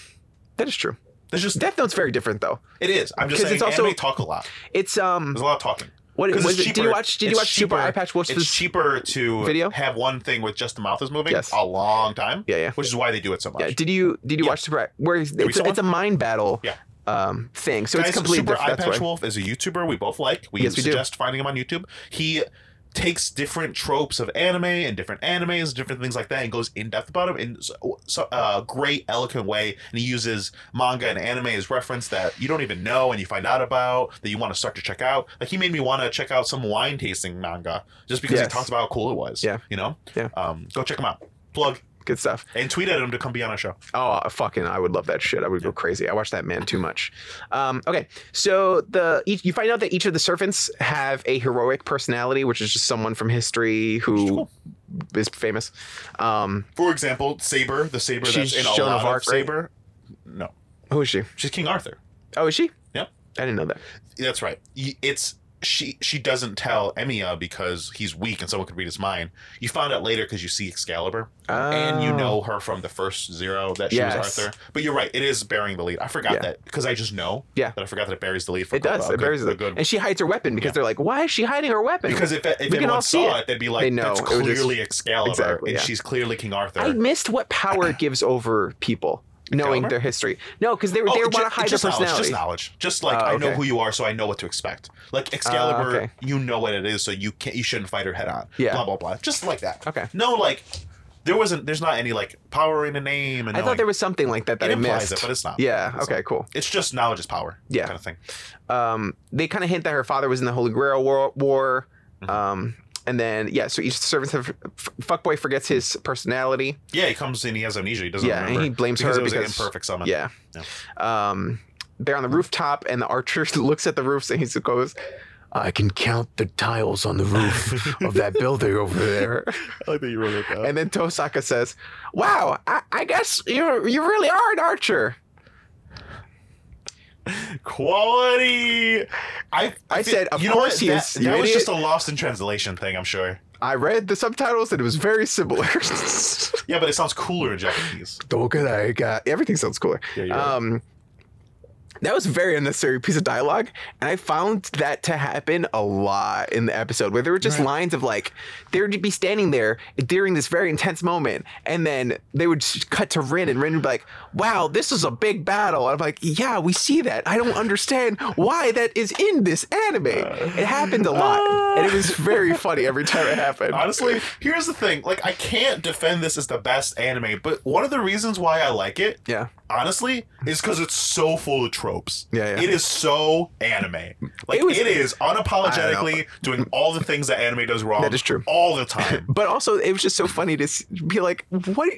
that is true. There's just Death Note's very different though. it is. I'm just 'Cause saying it's also- anime talk a lot. It's um, There's a lot of talking. what 'Cause was it's it? Did you cheaper. watch? Did you It's watch Super Eye Patch? What's It's this? cheaper to video? have one thing with just the mouth is moving Yes. a long time. Yeah, yeah. Which is why they do it so much. Yeah, did you did you Yeah. watch Super Eye? Where is, we it's, saw a, it's a mind battle. Yeah. Um, thing. So it's Guys, completely Super different. Eye That's Patch why. Wolf is a YouTuber we both like. We Yes, we do. suggest finding him on YouTube. He takes different tropes of anime and different animes, different things like that, and goes in depth about them in so, so, uh, great, eloquent way. And he uses manga and anime as reference that you don't even know and you find out about that you want to start to check out. Like he made me want to check out some wine tasting manga just because Yes. he talks about how cool it was. Yeah. you know. Yeah. Um, go check him out. Plug Good stuff. and tweet at him to come be on our show. Oh, fucking! I would love that shit. I would go crazy. I watch that man too much. Um, okay, so the each, you find out that each of the servants have a heroic personality, which is just someone from history who Which is is cool. famous. Um, For example, Saber, the Saber She's that's in a Joan of lot of, Arc, right? Saber. No, who is she? she's King Arthur. Oh, is she? Yep. I didn't know that. That's right. Y- It's she. She doesn't tell Emiya because he's weak and someone could read his mind. You found out later because you see Excalibur and you Oh. know her from the first Zero that she Yes. was Arthur. But you're right. It is burying the lead. I forgot Yeah. that because I just know. Yeah. That I forgot that it buries the lead. For It does. Good- it buries for it. good. And she hides her weapon because Yeah. they're like, why is she hiding her weapon? Because if, if can all anyone see saw it. it, they'd be They like, know. "That's It was just- clearly Excalibur, Exactly, and yeah. she's clearly King Arthur." I missed what power gives over people knowing Excalibur? their history. No, because they, were Oh, they it want ju- to it hide their just knowledge, personality. Just knowledge. Just like Oh, I know okay. Ah, who you are, so I know what to expect. Like Excalibur, okay. you know what it is, so you can't. You shouldn't fight her head on. Yeah. Blah blah blah. Just like that. Okay. No, like there wasn't. There's not any like power in a name. And I no, thought like- there was something like that It that I implies missed. it, but it's not. Yeah. It's okay. Cool. It's just knowledge is power. Yeah. Kind of thing. Um, they kind of hint that her father was in the Holy Grail War. war. Um, and then yeah, so each servant of f- fuckboy forgets his personality. Yeah. He comes in. He has amnesia. He doesn't. Yeah, and remember he blames because her it was because- an imperfect summon. Yeah. Um, they're on the rooftop, and the archer *laughs* looks at the roofs and he goes, I can count the tiles on the roof of that building over there. I like that you wrote it down. And then Tosaka says, Wow, I, I guess you you really are an archer. Quality. I I feel- said, "Of you know course what? he that is, you that was idiot." just a lost in translation thing. I'm sure. I read the subtitles and it was very similar. Yeah, but it sounds cooler in Japanese. uh, Everything sounds cooler. Yeah, you're right. um, That was a very unnecessary piece of dialogue. And I found that to happen a lot in the episode where there were just Right. lines of like, they would be standing there during this very intense moment. And then they would just cut to Rin and Rin would be like, wow, this is a big battle. I'm like, yeah, we see that. I don't understand why that is in this anime. It happened a lot. And it was very funny every time it *laughs* happened. Honestly, here's the thing. Like, I can't defend this as the best anime, but one of the reasons why I like it, Yeah. honestly, is because it's so full of tropes. Yeah, yeah. It is so anime. Like, It was- it is unapologetically doing all the things that anime does wrong. That is true. All the *laughs* time. But also, it was just so funny to s- be like, what?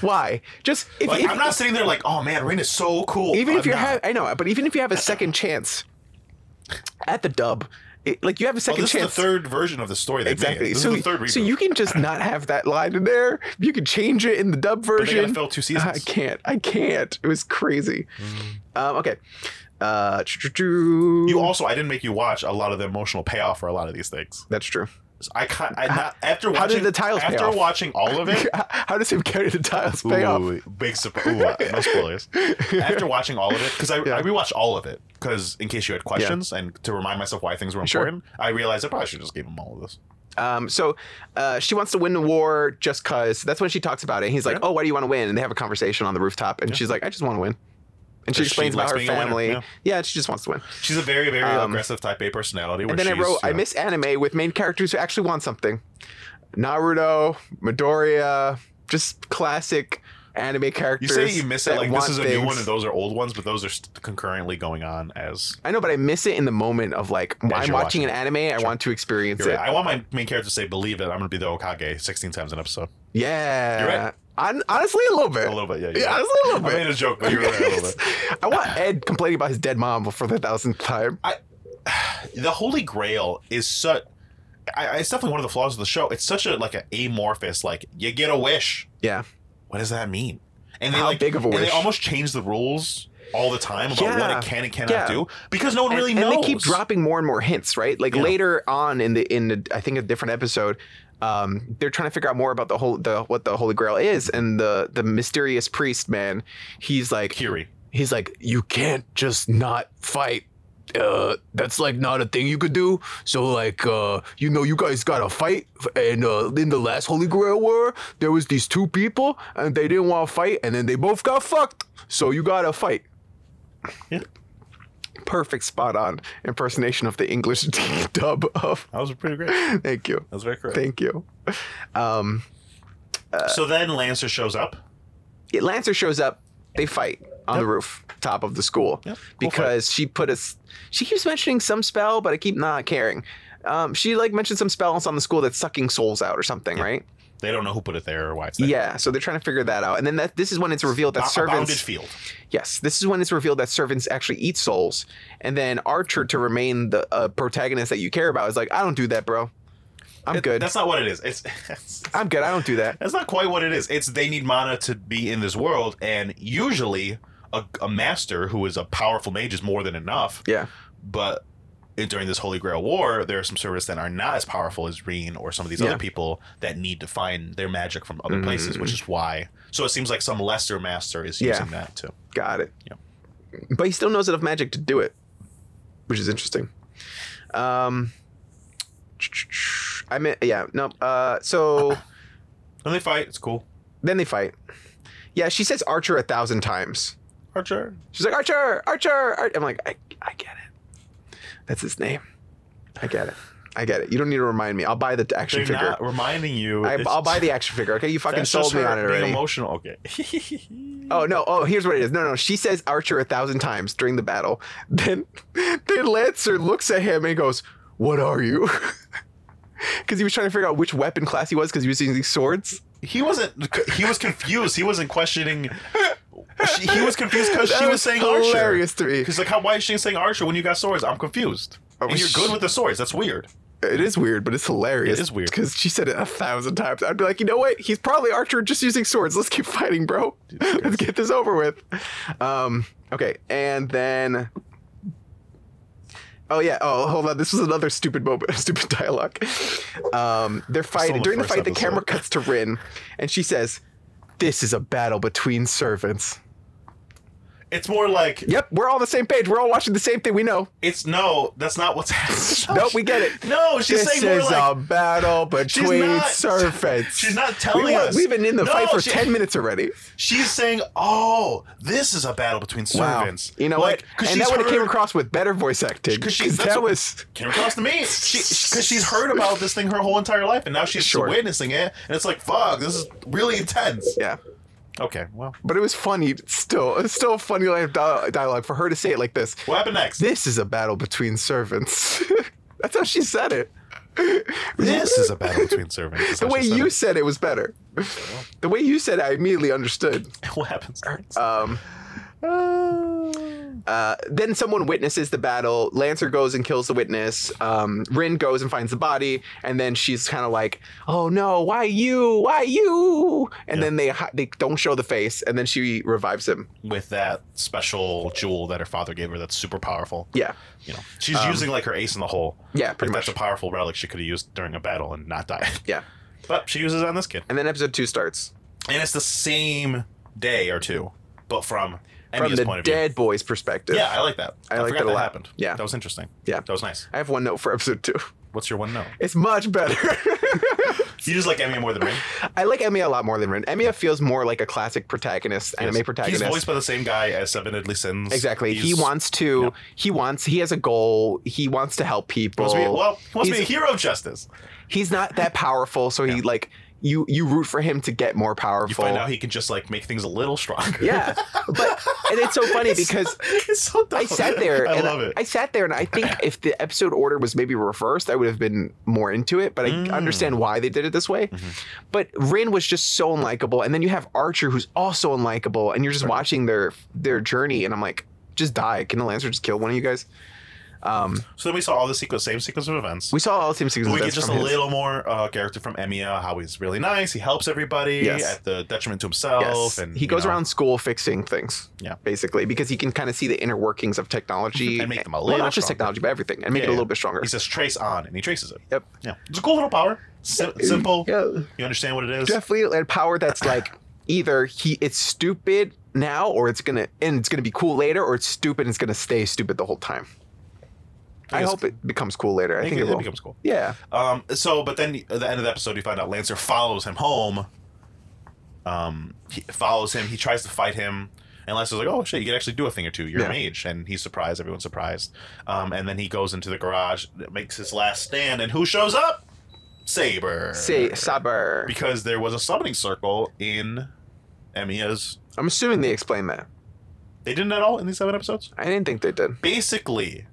Why? Just if, Like, if- I'm not sitting there like, oh man, Rin is so cool. even if I'm you not. have, I know, but even if you have a second chance at the dub, it, like you have a Oh, second this chance. is the third version of the story they made. Exactly. This So, is the third so reboot. you can just not have that line in there. You can change it in the dub they version. gotta fill *laughs* two seasons. Mm-hmm. I can't. I can't. It was crazy. Um, okay. Uh, You you also, I didn't make you watch a lot of the emotional payoff for a lot of these things. That's true. *laughs* So I can't. I not, after watching did the tiles pay after off? watching all of it. How does him carry the tiles *laughs* pay off? Ooh, Big surprise. no *laughs* spoilers. After watching all of it, because I, Yeah. I rewatched all of it, because in case you had questions and to remind myself why things were Sure. important, I realized I probably should just give him all of this. Um, so uh, she wants to win the war just because that's when she talks about it. He's like, Yeah. Oh, why do you want to win? And they have a conversation on the rooftop. And she's like, I just want to win. And she Because she explains about likes her being a winner, family. yeah. Yeah. she just wants to win. She's a very, very Um, aggressive type A personality. Where And then I she's, wrote, you I know, miss anime with main characters who actually want something. Naruto, Midoriya, just classic anime You characters. say you miss it that like want this is a new things. one and those are old ones, but those are st- concurrently going on as. I know, but I miss it in the moment of like I'm you're watching watching an anime. I want to experience You're it. right. I want my main character to say, "Believe it." I'm going to be the Okage 16 times an episode. Yeah, You're right. Hon- honestly, a little bit. A little bit, yeah. you're Yeah, right. honestly, a little I bit. made a joke, but you were right a little bit. I want Ed complaining about his dead mom for the thousandth time. the Holy Grail is such. I, it's definitely one of the flaws of the show. It's such a like an amorphous, like you get a wish. Yeah. What does that mean? And they How like big of a and they wish? almost change the rules all the time about what Yeah. it can and cannot Yeah. do because no one And, really and knows. they keep dropping more and more hints, right? Like Yeah. later on in the in the, I think a different episode, um, they're trying to figure out more about the whole the what the Holy Grail is, and the the mysterious priest man, he's like Kiri. he's like you can't just not fight uh that's like not a thing you could do so like uh you know you guys gotta fight and uh in the last holy grail war there was these two people and they didn't want to fight and then they both got fucked so you gotta fight Yeah. perfect spot on impersonation of the english *laughs* dub of *laughs* That was pretty great. That thank you was very correct. thank you um so then Lancer shows up. yeah, Lancer shows up. They fight on the roof top of the school Yep, cool because she put us. She keeps mentioning some spell, but I keep not caring. Um, she like mentioned some spells on the school that's sucking souls out or something, right? They don't know who put it there or why it's there. Yeah. So they're trying to figure that out, and then that this is when it's revealed that Bo- a bounded servants. field. Yes, this is when it's revealed that servants actually eat souls, and then Archer to remain the uh, protagonist that you care about is like, I don't do that, bro. I'm It- good. That's not what it is. It's, *laughs* it's I'm good. I don't do that. That's not quite what it is. It's they need mana to be in this world, and usually a, a master who is a powerful mage is more than enough. Yeah. But it- during this Holy Grail War, there are some servants that are not as powerful as Reen or some of these Yeah. other people that need to find their magic from other Mm. places, which is why. So it seems like some lesser master is Yeah. using that too. Got it. Yep. But he still knows enough magic to do it, which is interesting. Um, I mean, yeah, no. Uh, so *laughs* And they fight. It's cool. then they fight. Yeah, she says Archer a thousand times. Archer. She's like Archer, Archer. Ar-. I'm like, I, I get it. That's his name. I get it. I get it. You don't need to remind me. I'll buy the action They're figure. not reminding you. I, It's- I'll buy the action figure. Okay, you *laughs* fucking that's just sold me her on it being already. Emotional. Okay. *laughs* Oh no! Oh, here's what it is. No, no. She says Archer a thousand times during the battle. *laughs* Then, then Lancer looks at him and goes, "What are you?" *laughs* Because he was trying to figure out which weapon class he was because he was using these swords. he wasn't he was confused he wasn't questioning she, he was confused because That she was, saying archer hilarious to me. because like how, why is she saying archer when you got swords i'm confused Oh, and you're sh- good with the swords that's weird It is weird, but it's hilarious. It is weird. because she said it a thousand times. I'd be like, you know what? He's probably Archer just using swords. Let's keep fighting, bro. *laughs* Let's get this over with. Um, okay, and then. Oh yeah. Oh, hold on. This was another stupid moment, *laughs* stupid dialogue. Um, they're the fighting during the first fight. The episode. camera cuts to Rin, and she says, "This is a battle between servants." It's more like Yep, we're all on the same page. We're all watching the same thing. We know. it's no. That's not what's *laughs* happening. Nope, we get it. No, she's this saying is um, more like a battle between not- serpents. she's not We telling were- us. We've been in the No, fight for she- ten minutes already. She's saying, "Oh, this is a battle between servants." You know like, what? Because And she's that would have heard, came across with better voice acting. 'Cause she's- that's that what- was came across to me. *laughs* She because she's heard about this thing her whole entire life, and now she's Sure. witnessing it, and it's like, "Fuck, this is really intense." yeah. Okay, well, But it was funny still. It's still a funny line of dia- dialogue for her to say it like this. what happened next? This is a battle between servants. *laughs* That's how she said it. This is a battle between servants. is The how she way said you it. Oh, said it was better. The way you said it, I immediately understood. what happens? next? Um, Ah. uh, then someone witnesses the battle. Lancer goes and kills the witness. Um, Rin goes and finds the body, and then she's kind of like, "Oh no, why you? Why you?" And Yeah. then they hi- they don't show the face, and then she revives him. With that special jewel that her father gave her, that's super powerful. Yeah, You know, she's Um, using like her ace in the hole. yeah, Like, pretty much. That's a powerful relic she could have used during a battle and not die. *laughs* Yeah, But she uses it on this kid. and then episode two starts And it's the same day or two, but from from Emiya's the point of dead boy's perspective. view. Yeah, I like that. I like forgot that a lot. happened. Yeah. That was interesting. Yeah. That was nice. I have one note for episode two. *laughs* What's your one note? It's much better. *laughs* *laughs* You just like Emiya more than Rin. I like Emiya a lot more than Rin. Emiya feels more like a classic protagonist, anime He's protagonist. voiced by the same guy as Seven Deadly Sins. Exactly. He's he wants to. He wants. He has a goal. He wants to help people. wants to be, well, he wants to be a he's, hero of justice. he's not that powerful, so he like you. You root for him to get more powerful. You find out he can just like make things a little stronger. yeah, but and it's so funny because *laughs* it's so dumb. I sat *laughs* there. I and love it. I sat there, and I think if the episode order was maybe reversed, I would have been more into it. But I Mm. understand why they did it this way. Mhm. But Rin was just so unlikable, and then you have Archer, who's also unlikable, and you're just Right. watching their their journey, and I'm like, just die. Can the Lancer just kill one of you guys? Um, so then we saw all the sequence, same sequence of events. We saw all the same sequences. we get that's just a from his- little more uh, character from Emiya, how he's really nice, he helps everybody Yes. at the detriment to himself, Yes. and you he goes know, around school fixing things. Yeah. Basically, because he can kind of see the inner workings of technology And make them a Well, little not just stronger. technology, but everything, and make Yeah, it a yeah. little bit stronger. He says trace on, and he traces it. Yep. Yeah, it's a cool little power. Sim- simple. Yeah. You understand what it is. Definitely a power that's like either he it's stupid now, or it's gonna and it's gonna be cool later, or it's stupid and it's gonna stay stupid the whole time. I I guess- hope it becomes cool later. I think it will. becomes cool. yeah. Um, so, but then at the end of the episode, you find out Lancer follows him home. Um, he follows him. He tries to fight him. And Lancer's like, "Oh shit, you can actually do a thing or two. You're a Yeah. mage." And he's surprised. Everyone's surprised. Um, and then he goes into the garage, makes his last stand, and who shows up? Saber. Say saber. Because there was a summoning circle in Emiya's. I'm assuming they explained that. They didn't at all in these seven episodes. I didn't think they did. basically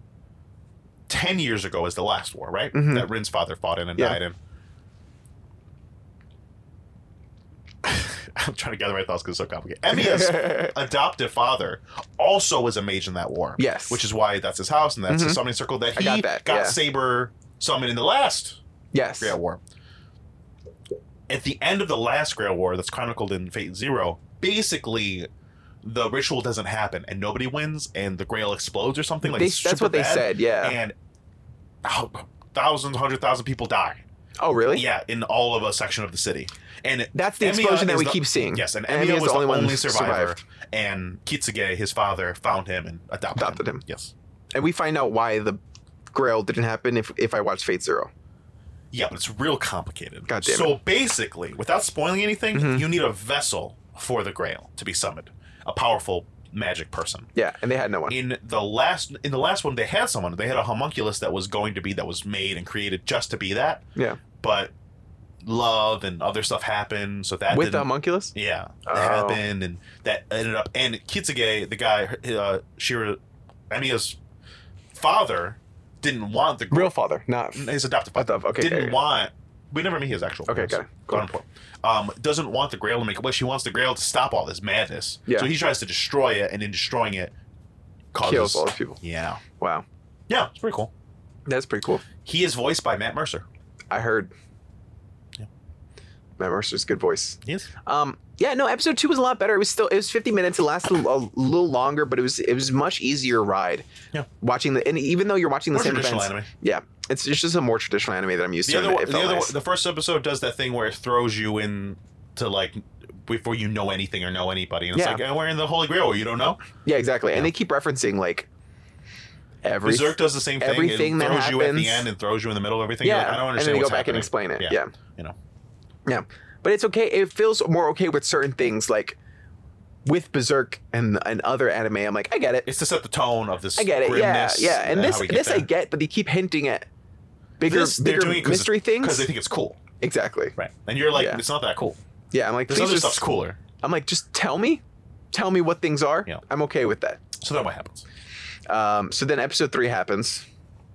10 years ago is the last war, right? Mhm. That Rin's father fought in and Yeah. died in. *laughs* I'm trying to gather my thoughts because it's so complicated. *laughs* Emiya's adoptive father also was a mage in that war. Yes. Mm-hmm. Which is why that's his house and that's his summoning circle that I he got got, that, yeah. Saber summoned in the last yes. Grail War. At the end of the last Grail War that's chronicled in Fate Zero, basically the ritual doesn't happen and nobody wins and the Grail explodes or something. Like They- it's that's super what they bad said. Yeah. and oh, thousands, hundred thousand people die. oh, really? Yeah, in all of a section of the city. And That's the Emiya explosion that is we the- keep seeing. yes, and Hmm. And Emiya's Emiya was the only, one who survivor. survived. And Kitsuge, his father, found him and adopted, Adopted him. Yes. And we find out why the grail didn't happen if, if I watched Fate Zero. Yeah, but it's real complicated. God damn so basically, without spoiling anything, Mhm. you need a vessel for the Grail to be summoned, a powerful magic person. Yeah, and they had no one. in the last in the last one they had someone they had a homunculus that was going to be that was made and created just to be that Yeah. but love and other stuff happened so that With the didn't, homunculus? yeah that Oh. happened and that ended up and Kitsuge the guy uh Shira Emiya's father didn't want the Real father, not. his adoptive What father the? Okay. didn't yeah, yeah. want we never meet his actual Okay, parents. got it. Cool. Quote unquote. Um, doesn't want the Grail to make a wish. He wants the Grail to stop all this madness. Yeah. So he tries to destroy it, and in destroying it, causes Kills all the people. yeah. Wow. Yeah, it's pretty cool. That's pretty cool. He is voiced by Matt Mercer. I heard. Yeah. Matt Mercer's good voice. He is. Um, yeah, no, episode two was a lot better. It was still it was fifty minutes. It lasted a, a little longer, but it was it was much easier ride. Yeah. Watching the and even though you're watching the More same traditional events, anime. yeah, it's it's just a more traditional anime that I'm used The to. other, and one, it the felt other, nice. one- the first episode does that thing where it throws you in to like before you know anything or know anybody. And it's Yeah. like, and we're in the Holy Grail where you don't know. Yeah, exactly. And they keep referencing like every Berserk does the same thing. everything it that throws you at the happens- end and throws you in the middle of everything. You're yeah, like, I don't and understand. then you go what's back and happening." explain it. yeah. you know. Yeah. But it's okay. It feels more okay with certain things like with Berserk and and other anime. I'm like, I get it. It's to set the tone of this. I get it. Yeah, Grimness uh, yeah. And this how we this I there. get, but they keep hinting at bigger This, they're bigger doing it 'cause mystery things. because they think it's cool, exactly. right? And you're like, Yeah. it's not that cool. Yeah, I'm like, This please other just- stuff's cooler. I'm like, just tell me, tell me what things are. Yeah. I'm okay with that. So then what happens? Um, so then episode three happens,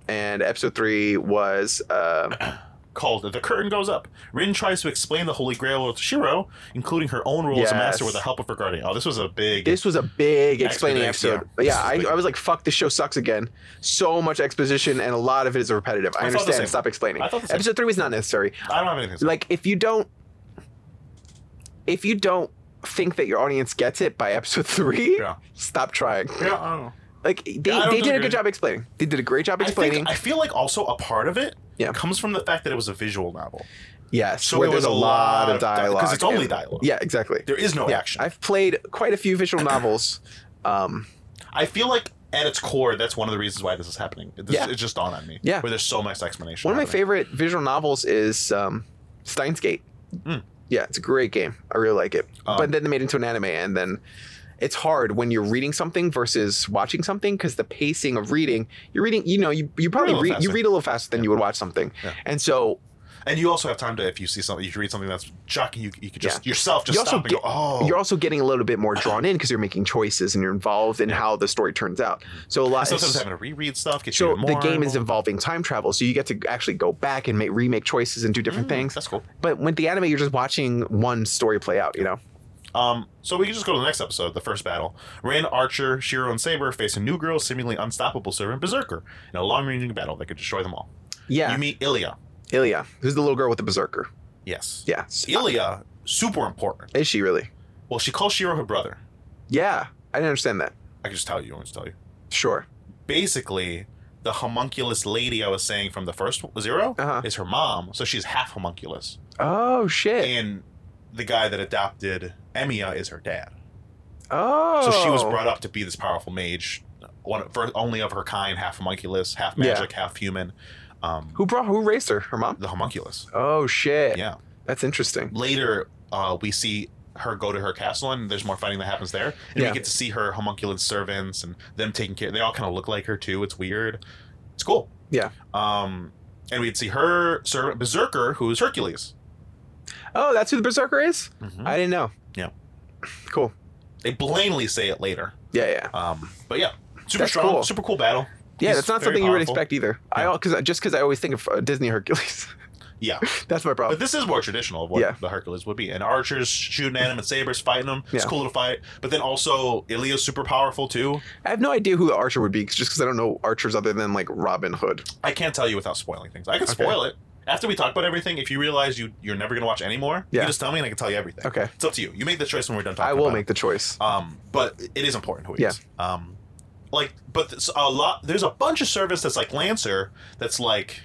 and episode three was *laughs* uh, Called the curtain goes up. Rin tries to explain the Holy Grail to Shiro, including her own role as a master with Yes. the help of her guardian. Oh, this was a big. this was a big explaining Explanation, episode. yeah. Yeah, This was I, big. I was like, fuck, this show sucks again. So much exposition, and a lot of it is repetitive. I, I thought the same. understand. Stop explaining. I thought the same. Episode three was not necessary. I don't have anything. To say. Like, if you don't, if you don't think that your audience gets it by episode *laughs* three, Yeah. stop trying. yeah, I don't know. Like they, I don't they did a agree. good job explaining. They did a great job I think- explaining. I, feel like also a part of it Yeah. comes from the fact that it was a visual novel. yes, So where it was there's a a lot, lot of of di- 'cause dialogue it's only and- dialogue. Yeah, exactly. There is no yeah, action. I, I've played quite a *coughs* few visual novels. Um, feel like at its core, that's one of the reasons why this is happening. It, this, Yeah. It just dawned on me. Yeah. Where there's so much explanation. one of my happening. favorite visual novels is um, Steins Gate. Mm. Yeah, it's a great game. I really like it. Um, but then they made it into an anime, and then it's hard when you're reading something versus watching something because the pacing of reading, you're reading, you know, you, you probably little read, you faster. read a little faster than you would watch something, Yeah. and so And you also have time to, if you see something, if you read something that's shocking, you, you could just yourself just You also stop and get- go, oh. you're also getting a little bit more drawn in because you're making choices and you're involved in how the story turns out. So a lot. sometimes having to reread stuff gets you so even more. the game is involved. involving time travel, so you get to actually go back and make, remake choices and do different Mm, things. That's cool. But with the anime, you're just watching one story play out. You know, Um, so we can just go to the next episode, the first battle. Rin, Archer, Shiro, and Saber face a new girl, seemingly unstoppable servant Berserker in a long-ranging battle that could destroy them all. yeah, You meet Ilya. Ilya, who's the little girl with the berserker. Yes. Yeah, Ilya, super important. is she really? Well, she calls Shiro her brother. Yeah, I didn't understand that. I can just tell you. I can just tell you. Sure. Basically, the homunculus lady I was saying from the first zero Uh-huh. is her mom, so she's half homunculus, Oh shit. and the guy that adopted Emiya is her dad. oh. So she was brought up to be this powerful mage, one of- first, only of her kind, half homunculus, half Yeah. magic, half human. Um, Who brought? Who raised her? Her mom. the homunculus. Oh shit. Yeah. That's interesting. Later, uh, we see her go to her castle, and there's more fighting that happens there. And Yeah. we get to see her homunculus servants and them taking care. They all kind of look like her too. It's weird. It's cool. Yeah. Um, and we'd see her servant berserker, who is Hercules. Oh, that's who the berserker is. Mhm. I didn't know. Yeah. Cool. They blatantly say it later. Yeah, yeah. Um, but yeah, super That's strong, cool. super cool battle. Yeah, He's that's not very something you would powerful. expect either. I Yeah. all because just because I always think of uh, Disney Hercules. Yeah. *laughs* that's my problem. But this is more traditional of what Uh, Yeah. the Hercules would be. And archers shooting at him and sabers fighting him. It's Yeah. cool to fight. But then also, Ilya's super powerful too. I have no idea who the archer would be 'cause- just because I don't know archers other than like Robin Hood. I can't tell you without spoiling things. I can Okay. spoil it. After we talk about everything, if you realize you, you're never going to watch anymore, you Yeah. can just tell me and I can tell you everything. Okay, It's up to you. You make the choice when we're done talking I will about make the choice. it. Um, but it is important who he Yeah. is. Um, like, but there's a lot, there's a bunch of service that's like Lancer that's like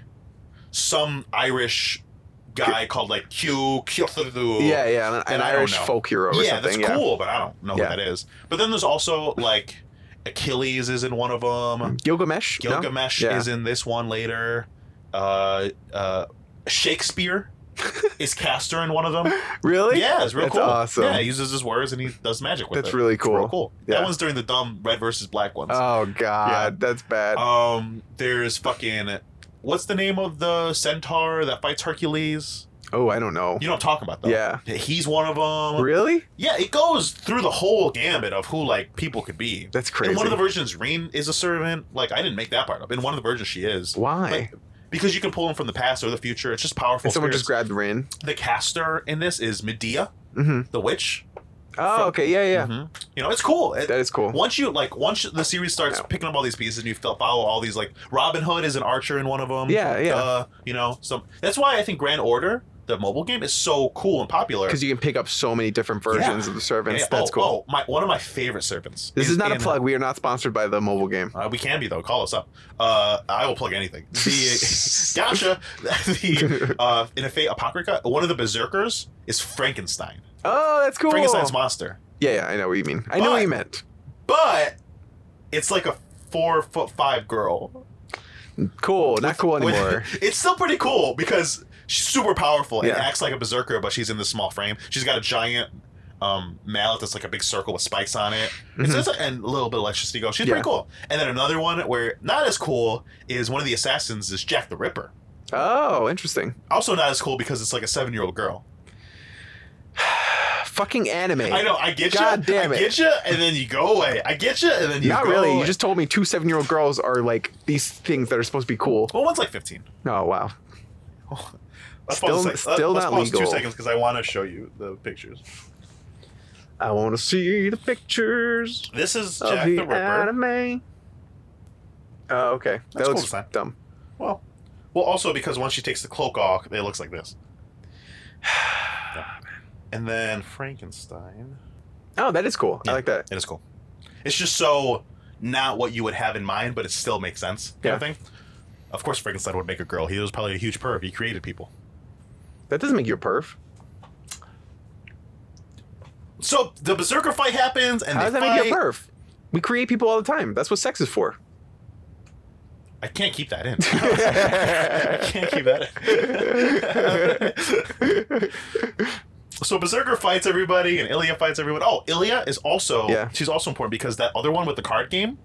some Irish guy called like Q, Q, yeah, yeah, an, an and I don't Irish know. folk hero or yeah, something. that's cool, but I don't know Yeah. who that is. But then there's also like Achilles is in one of them. Gilgamesh. Mm. No? Gilgamesh Yeah. is in this one later. Uh, uh, *laughs* Shakespeare is Castor in one of them. Really? Yeah, it's real That's cool. awesome. Yeah, he uses his words and he does magic with That's it. really It's real cool. cool. Yeah. That one's during the dumb red versus black ones. Oh god, that's bad. um, there's fucking what's the name of the centaur that fights Hercules? oh, I don't know. You know uh, what I'm talking about though. Yeah. He's one of them. Really? Yeah, it goes through the whole gambit of who like people could be. That's crazy. In one of the versions, Rain is a servant. Like I didn't make that part up. In one of the versions, she is. Why? Like, because you can pull them from the past or the future. It's just powerful. and someone spirits. just grabbed Rin. the caster in this is Medea, hmm the witch. Oh, Fuck. okay. Yeah, yeah. Mhm. You know, it's cool. It- That is cool. once you like, once the series starts No. picking up all these pieces, and you fo- follow all these like Robin Hood is an archer in one of them. Yeah, yeah. Uh, you know, so that's why I think Grand Order, the mobile game, is so cool and popular. Because you can pick up so many different versions of the servants. Yeah, That's oh, cool. Oh, my, one of my favorite servants. This is not a in- plug. We are not sponsored by the mobile game. Uh, we can be though. Call us up. Uh, I will plug anything. *laughs* The *laughs* gotcha. The uh, in a fate apocrypha, one of the berserkers is Frankenstein. Oh, that's cool. Frankenstein's monster. yeah, yeah, I know what you mean. I know what But- you meant. But it's like a four foot five girl. Cool, not *laughs* cool anymore. it's still pretty cool because she's super powerful and Yeah. acts like a berserker, but she's in this small frame. She's got a giant um, mallet that's like a big circle with spikes on it. It's just- and a little bit of electricity goes. She's Mm-hmm. Yeah. pretty cool. And then another one where not as cool is one of the assassins is Jack the Ripper. oh, interesting. Also not as cool because it's like a seven year old girl. Fucking anime. I know. I get you. God damn I it. get you, and then you go away. I get you, and then you Not go really. Away. You just told me two seven-year-old girls are like these things that are supposed to be cool. well, one's like fifteen. Oh wow. Let's Still- pause a sec- still let's not pause legal. Two seconds, because I want to show you the pictures. I want to see the pictures This is of Jack the, the, Ripper. anime. Oh, okay. That's That cool looks design. dumb. Well, well, also because once she takes the cloak off, it looks like this. *sighs* Yeah. And then Frankenstein. Oh, that is cool. Yeah. I like that. It is cool. It's just so not what you would have in mind, but it still makes sense. Kind of thing. Of course, Frankenstein would make a girl. He was probably a huge perv. He created people. That doesn't make you a perv. So the berserker fight happens, and How they does that fight. make you a perv? We create people all the time. That's what sex *laughs* is for. *laughs* Oh I can't keep that in. *laughs* I can't keep that. in. *laughs* so Berserker fights everybody, and Ilya fights everyone. Oh, Ilya is also Yeah. she's also important because that other one with the card game,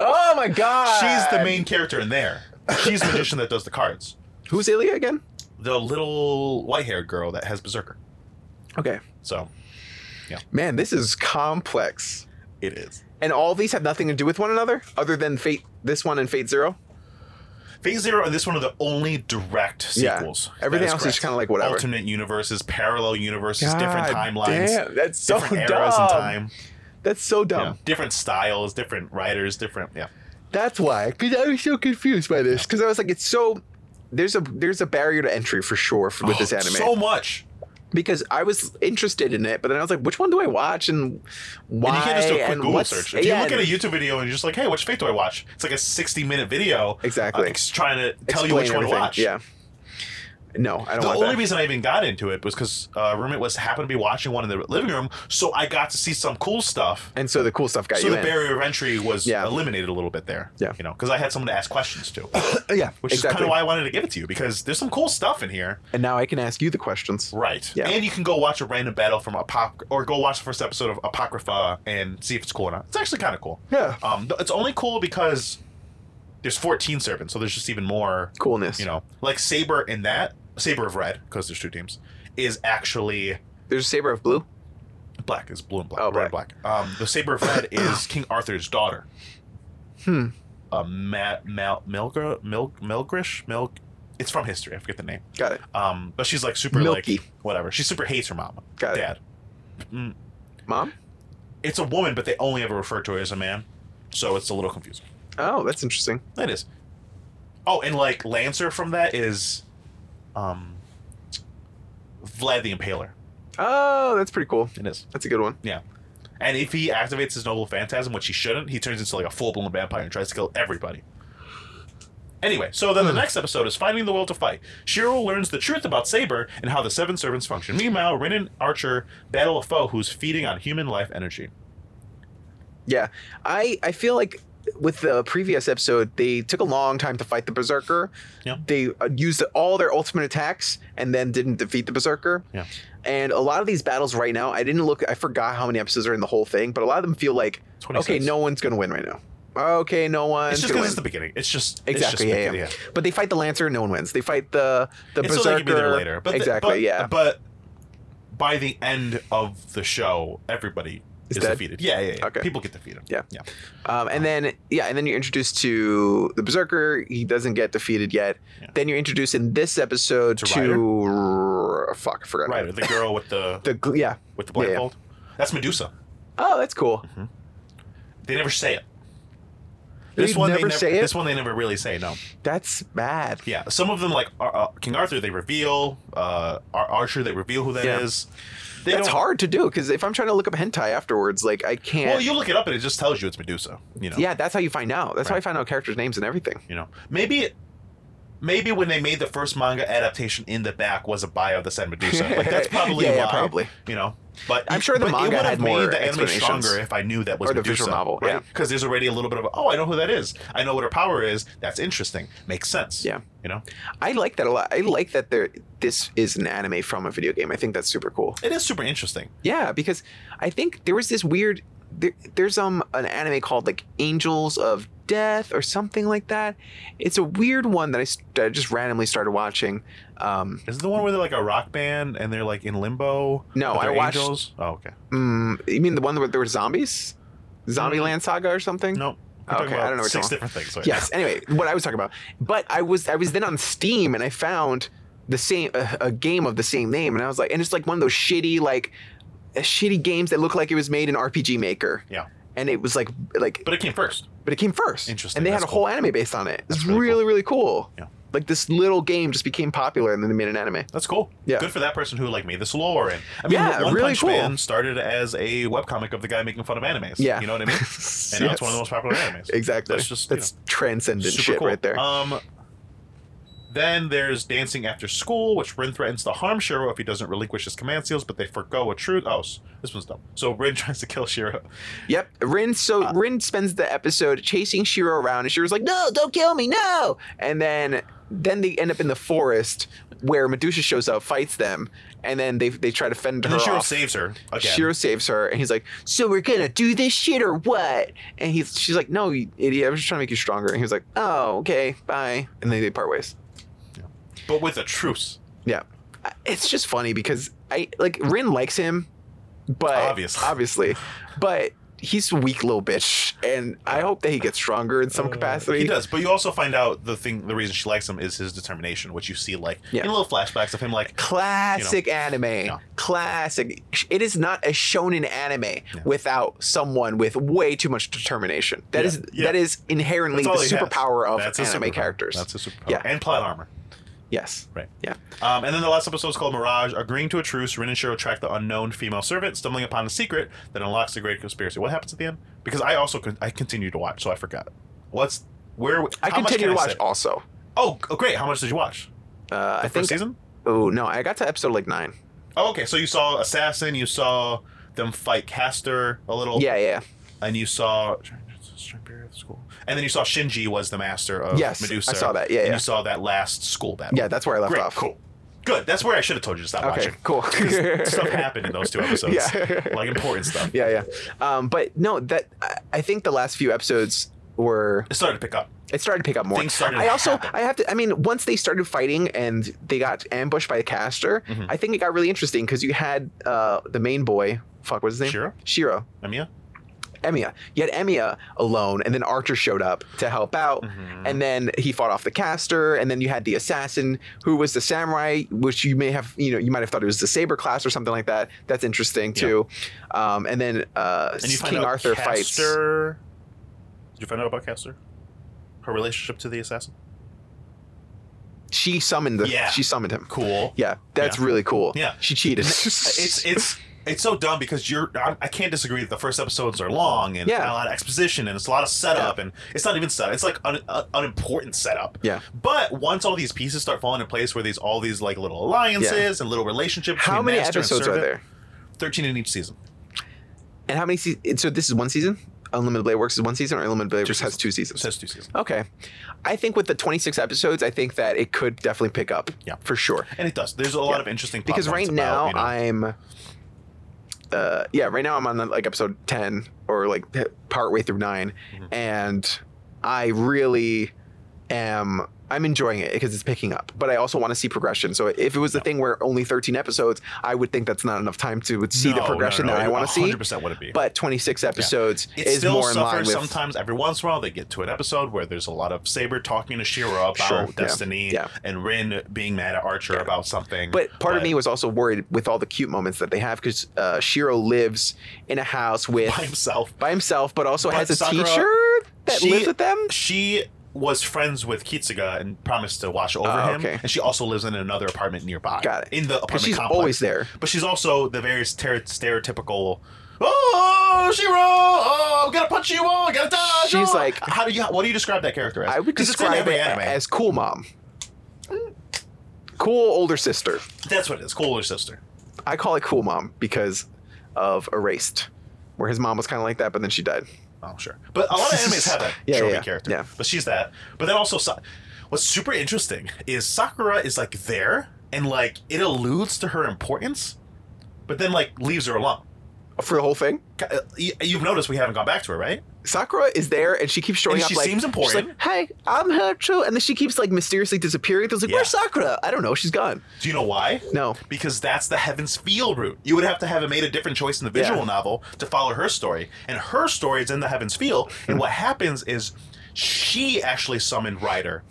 oh my god. she's the Um, main character in there. She's the magician that does the cards. Who's Ilya again? The little white-haired girl that has Berserker. Okay. So Man, this is complex. it is. And all these have nothing to do with one another other than Fate this one and Fate Zero? Phase Zero and this one are the only direct sequels. Yeah. Everything That else is correct. kinda like whatever. Alternate universes, parallel universes, different God timelines, Damn, that's so different dumb. eras in time. That's so Yeah. dumb. Different styles, different writers, different. Yeah. That's why. Because I was so confused by this. Because I was like, it's so there's a there's a barrier to entry for sure for, with Oh, this anime. So much. because I was interested in it, but then I was like, which one do I watch and why? And you can't just do a quick and Google what's- search. If yeah, you look at a YouTube video and you're just like, hey, which fake do I watch? It's like a 60 minute video. Exactly. uh, ex- trying to tell you which explain one to everything. watch. Yeah. No, I don't The want only that. reason I even got into it was because uh, roommate was happened to be watching one in the living room, so I got to see some cool stuff. and so the cool stuff got So you the in. barrier of entry was Yeah. eliminated a little bit there. Yeah. you know, because I had someone to ask questions *laughs* to, yeah, which is kind exactly. of why I wanted to give it to you because there's some cool stuff in here. and now I can ask you the questions. Right. Yeah. And you can go watch a random battle from Apoc or go watch the first episode of Apocrypha and see if it's cool or not. It's actually kind of cool. Yeah. Um, th- it's only cool because there's 14 servants, so there's just even more. Coolness. You know, like Saber in that Saber of Red, because there's two teams, is actually There's a saber of blue. black. Is blue and black. Oh, red and black. Um, the Saber of Red *coughs* is King Arthur's daughter. Hmm. Uh, Matt Mal Milgr Mil Milgrish Milk. It's from history. I forget the name. Got it. Um, but she's like super Milky. Uh, like whatever. She super hates her mom. Got it. dad. Mm, Mom. It's a woman, but they only ever refer to her as a man, so it's a little confusing. Oh, that's interesting. That is. Oh, and like Lancer from that is, um, Vlad the Impaler. Oh, that's pretty cool. It is. That's a good one. Yeah. And if he activates his noble phantasm, which he shouldn't, he turns into like a full blown vampire and tries to kill everybody. Anyway, so then the next episode is Finding the Will to Fight. Shiro learns the truth about Saber and how the Seven Servants function. Meanwhile, Rin and Archer battle a foe who's feeding on human life energy. Yeah, I I feel like with the previous episode, they took a long time to fight the berserker. Yeah. They uh, used all their ultimate attacks and then didn't defeat the berserker. Yeah. And a lot of these battles right now, I didn't look. I forgot how many episodes are in the whole thing, but a lot of them feel like 26. okay, no one's gonna win right now. Okay, no one's It's just gonna because win. it's the beginning. It's just it's just exactly. yeah, beginning, yeah. But they fight the lancer, no one wins. They fight the the It's berserker. so they can be there later. But the- exactly. but- yeah. But by the end of the show, everybody Is is, dead? defeated. Yeah, yeah, yeah. Okay. People get defeated. Yeah. yeah. Um, and then yeah, and then you're introduced to the berserker. He doesn't get defeated yet. Yeah. Then you're introduced in this episode To to, fuck, I forgot. Right. The girl with *laughs* the, The gl- yeah. with the Yeah, yeah. blindfold. That's Medusa. Oh, that's cool. They never say it. *laughs* They This one never they never say it? This one they never really say. No. That's bad. Yeah. Some of them like Ar- uh, King Arthur they reveal. Uh, Ar- Archer they reveal who that is. Yeah. They that's don't- hard to do because if I'm trying to look up hentai afterwards, like I can't. Well, you look it up and it just tells you it's Medusa. You know. yeah, that's how you find out. That's how I Right. find out characters' names and everything. You know. Maybe. It, maybe when they made the first manga adaptation in the back was a bio of the said Medusa. Like *laughs* that's probably Yeah, why. yeah, probably. You know. But I'm sure the but it manga would had have more made the anime explanations. stronger if I knew that was Or the Medusa, visual novel, yeah. Because there's already a little bit of oh, I know who that is. I know what her power is. That's interesting. Makes sense. Yeah. You know, I like that a lot. I like that there this is an anime from a video game. I think that's super cool. it is super interesting. Yeah, because I think there was this weird there, there's um an anime called like Angels of Death or something like that. It's a weird one that I, s- that I just randomly started watching. Um, Is it the one where they're like a rock band and they're like in limbo? No, But I they're watched- Angels? Oh, okay. mm, you mean the one where there were zombies, Zombieland Saga or something? No. We're Okay, talking about I don't know what you're six different things. Right yes anyway what i was talking about but i was i was then on steam and i found the same a, a game of the same name and i was like and it's like one of those shitty like uh, shitty games that look like it was made in rpg maker Yeah. and it was like like But it came first. but it came first Interesting, and they had a that's whole anime based on it it's That's really really really cool. Yeah. like this little game just became popular and then they made an anime That's cool. Yeah. Good for that person who like made this lore and I mean Yeah, One really Punch cool. Man started as a webcomic of the guy making fun of animes. Yeah. You know what I *laughs* mean? And and now it's one of the most popular animes. exactly That's that's just, just you that's transcendent Super shit cool. right there Um then there's Dancing After School, which Rin threatens to harm Shiro if he doesn't relinquish his command seals, but they forgo a truth. Oh, s- this one's dumb. So Rin *laughs* tries to kill Shiro. Yep. Rin so Uh. Rin spends the episode chasing Shiro around and Shiro's like, No, don't kill me, no. And then then they end up in the forest where Medusa shows up, fights them, and then they they try to And fend her then Shiro off. saves her again. Shiro saves her and he's like, So we're gonna do this shit or what? And he's she's like, No, you idiot, I was just trying to make you stronger. And he was like, Oh, okay, bye. And then they part ways. but with a truce, Yeah. I- It's just funny because I like Rin likes him, but Obviously. obviously. But he's a weak little bitch, and I hope that he gets stronger in some Uh, capacity. He does, but you also find out the thing, the reason she likes him is his determination, which you see like Yeah. in little flashbacks of him, like Classic anime. Yeah. Classic. It is not a shonen anime without someone with way too much determination. That Yeah. is Yeah. that is inherently That's the all he has. superpower of That's a anime superpower. characters. That's a superpower. Yeah. and plot armor. yes. Right. Yeah. Um, and then the last episode is called Mirage. Agreeing to a truce, Rin and Shiro track the unknown female servant, stumbling upon a secret that unlocks the great conspiracy. What happens at the end? Because I also con- I continue to watch, so I forgot. What's where? I how much continue can to I watch say? also. Oh, oh, great! How much did you watch? Uh, The I first think. season? Oh no, I got to episode like nine. Oh, okay. So you saw Assassin. You saw them fight Castor a little. Yeah, yeah. and you saw school, and then you saw Shinji was the master of Yes, Medusa. I saw that. Yeah, and yeah. you saw that last school battle. Yeah, that's where I left great, off. cool, good. That's where I should have told you to stop Okay, watching. *laughs* cool. *laughs* 'Cause stuff happened in those two episodes, Yeah. like important stuff. yeah, yeah. Um, but no, that I- I think the last few episodes were It started to pick up. it started to pick up more. Things started I to also happen. I have to I mean once they started fighting and they got ambushed by a caster, Mhm. I think it got really interesting because you had uh, the main boy. Fuck, what's his name? Shiro, Shiro. Emiya, Emiya. You had Emiya alone, and then Archer showed up to help out, and then he fought off the caster, and then you had the assassin who was the samurai, which you may have, you know, you might have thought it was the saber class or something like that. That's interesting too. Um, and then uh, and you find King out Arthur fights. Castor. Did you find out about Castor? Her relationship to the assassin. She summoned the. Yeah. She summoned him. Cool. Yeah, that's Yeah. really cool. Yeah. she cheated. *laughs* it's it's it's so dumb because you're I, I can't disagree that the first episodes are long and Yeah. a lot of exposition and it's a lot of setup and it's not even setup it's like un, uh, unimportant setup Yeah. but once all these pieces start falling in place where these all these like little alliances and little relationships how between many master and episodes are servant, there? 13 in each season And how many? Se- so this is one season. Unlimited Blade Works is one season, or Unlimited Blade Works has two it seasons. says two seasons Okay. I think with the 26 episodes, I think that it could definitely pick up. Yeah. For sure. and it does there's a lot of interesting plot Because right points about, now you know, I'm uh yeah, right now I'm on like episode 10 or like part way through 9 Mhm. and I really am I'm enjoying it because it's picking up, but I also want to see progression. So if it was the thing where only 13 episodes, I would think that's not enough time to see No, the no, progression no, that I it want to see. 100% would it be But 26 episodes it is still more in line suffers with sometimes every once in a while they get to an episode where there's a lot of saber talking to shira about Sure, yeah, destiny yeah. and rin being mad at archer about something But part of me was also worried with all the cute moments that they have because uh, Shiro lives in a house with by himself by himself, but also But has a Sakura- teacher that she- lives with them. she was friends with Kitsuga and promised to watch over Oh, him okay. and she also lives in another apartment nearby Got it. in the Because apartment she's complex always there. but she's also the very stere- stereotypical Oh, Shiro! Oh, I'm gonna punch you! Oh, I gotta dodge! She's oh." like- how do you? What do you describe that character as? I would 'Cause it's in describe every it anime. as cool mom. Cool older sister. That's what it is. Cool older sister. I call it cool mom because of Erased, where his mom was kind of like that, but then she died. Oh, sure. But a lot of animes have that *laughs* Yeah, trophy yeah, character. yeah. But she's that. But then also, Sa- what's super interesting is Sakura is like there and like it alludes to her importance, but then like leaves her alone. For the whole thing, Ca- uh, y- You've noticed we haven't gone back to her, right? Sakura is there and she keeps showing And up. she like, seems she's important. like, hey, I'm here too. And then she keeps like mysteriously disappearing. It's like, Yeah. where's Sakura? I don't know. She's gone. Do you know why? No. Because that's the Heaven's Field route. You would have to have made a different choice in the visual Yeah. novel to follow her story, and her story is in the Heaven's Field. Hmm. And what happens is she actually summoned Ryder,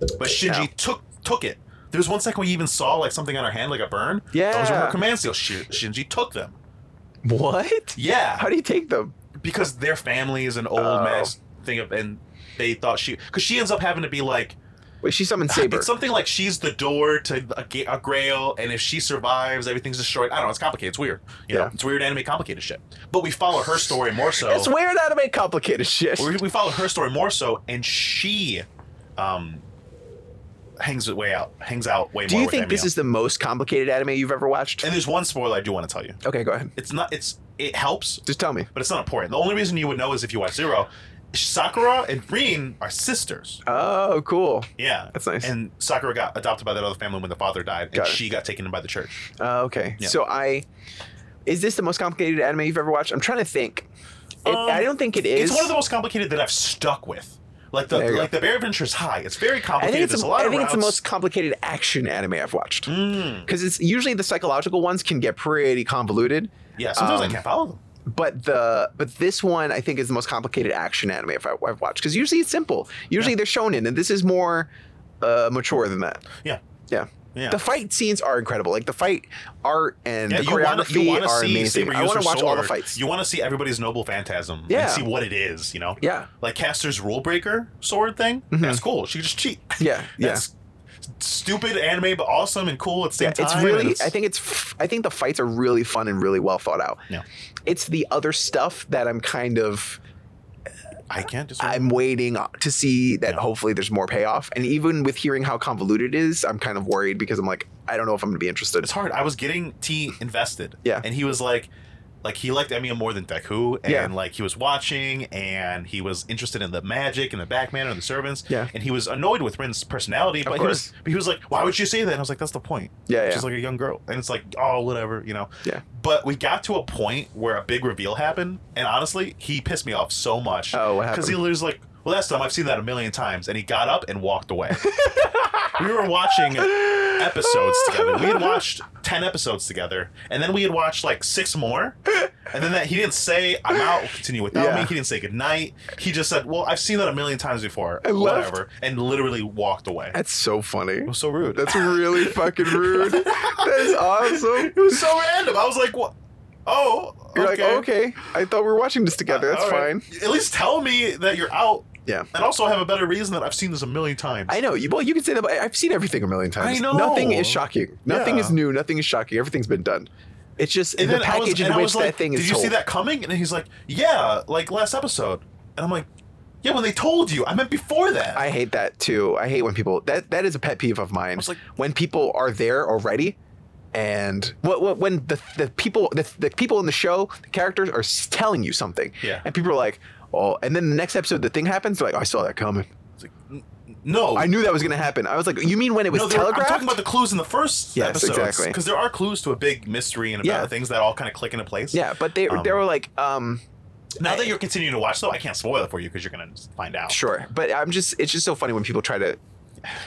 but Shinji Yeah. took took it. There was one second we even saw like something on her hand, like a burn. those were Yeah. her command seals. Shi- Shinji took them. What? Yeah, How do you take them? because their family is an old Oh. mass thing, of, and they thought she because she ends up having to be like Wait, she summoned *laughs* Saber. It's something like she's the door to a, ga- a grail, and if she survives, everything's destroyed. I don't know. It's complicated. It's weird. You know, Yeah. it's weird anime complicated shit. But we follow her story more so. It's weird anime complicated shit. we, we follow her story more so, and she um, hangs it way out. Hangs out way Do more. you with think this Amiel. is the most complicated anime you've ever watched? And there's one spoiler I do want to tell you. Okay, go ahead. It's not. It's it helps, Just tell me. but it's not important. The only reason you would know is if you watch Zero. Sakura and Rin are sisters. Oh, cool. Yeah, That's nice. And Sakura got adopted by that other family when the father died, and Got it. she got taken in by the church. Uh, okay. Yeah. So I is this the most complicated anime you've ever watched? I'm trying to think. It, Um, I don't think it is. It's one of the most complicated that I've stuck with. Like the There you like the Bear Adventure is high. It's very I complicated. think it's There's a- a lot I of think it's routes. the most complicated action anime I've watched. Mm. Because it's usually the psychological ones can get pretty convoluted, Yeah, sometimes I Um, can't follow them. but the but this one I think is the most complicated action anime if I, I've watched. Because usually it's simple. Usually they're shown in, and this is more uh, mature than that. Yeah. Yeah. Yeah. The fight scenes are incredible. Like the fight art and Yeah, the you wanna- you choreography wanna are see amazing. Saber I use want her to watch all the sword. fights. You want to see everybody's noble phantasm Yeah. and see what it is, you know? yeah. Like Caster's rule breaker sword thing. That's cool. She could just cheat. Yeah. Mm-hmm. Yeah. That's stupid anime but awesome and cool at the same Yeah, time. it's and really. it's- I think it's. f- I think the fights are really fun and really well thought out. Yeah. It's the other stuff that I'm kind of. I can't just I'm waiting to see that. Yeah. Hopefully, there's more payoff. And even with hearing how convoluted it is, I'm kind of worried because I'm like, I don't know if I'm going to be interested. it's hard. I was getting T invested. Yeah. And he was like, like he liked Emiya more than Deku, and Yeah. like he was watching, and he was interested in the magic and the Backman and the servants. Yeah. And he was annoyed with Rin's personality, but he course. was, but he was like, why would you say that? And I was like, that's the point. Yeah, yeah. She's like a young girl, and it's like, oh, whatever, you know. Yeah. But we got to a point where a big reveal happened, and honestly, he pissed me off so much. Oh, what Because he happened? was like, well, that's dumb. I've seen that a million times, and he got up and walked away. *laughs* we were watching episodes together. *laughs* We had watched ten episodes together, and then we had watched like six more. And then that he didn't say "I'm out," we'll continue without Yeah. me. He didn't say goodnight. He just said, "Well, I've seen that a million times before." I left. Whatever, and literally walked away. It That's so funny. was so rude. That's really *laughs* fucking rude. That is awesome. it was so random. I was like, "What? Oh, You're like, okay. I thought we were watching this together. That's All right. fine. At least tell me that you're out, Yeah. and also have a better reason that I've seen this a million times." I know. You, well, you can say that. But I- I've seen everything a million times. I know. Nothing is shocking. Nothing Yeah. is new. Nothing is shocking. Everything's been done. It's just and the then I was, package and in I which was like, that thing is Did you told. see that coming? And he's like, "Yeah, like last episode." And I'm like, "Yeah, when they told you, I meant before that." I hate that too. I hate when people that that is a pet peeve of mine. was like- when people are there already, and what, what when the the people the, the people in the show the characters are s- telling you something, Yeah. and people are like, oh, and then the next episode the thing happens. They're like, "Oh, I saw that coming. It's like, "N- no, I knew that was gonna happen. I was like, you mean when it was no, there- I'm telegraphed? talking about the clues in the first Yes, episode. exactly. Because there are clues to a big mystery and about Yeah. things that all kind of click into place. yeah, but they they Um, were like, um, Now that you're continuing to watch, though, I can't spoil it for you because you're gonna just find out. Sure, but I'm just it's just so funny when people try *laughs* to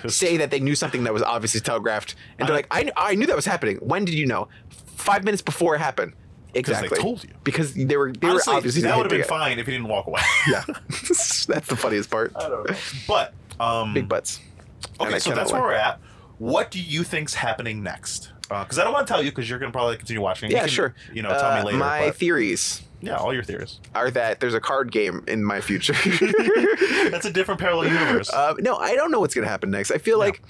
say that they knew something that was obviously telegraphed and they're like I, I knew that was happening. When did you know? 5 minutes before it happened. Exactly. told you. Because they were they Honestly, were obviously that would have hinting been at- fine if he didn't walk *laughs* away. Yeah. That's the funniest part. don't know. But um, Big butts. and okay, I so cannot that's where lie. we're at. What do you think's happening next? Because I don't want to tell you because you're gonna probably continue watching. Yeah, you can, sure. You know, tell Uh, me later. My but- theories yeah, all your theories. are that there's a card game in *laughs* my future. That's a different parallel universe. uh, no, I don't know what's going to happen next. I feel like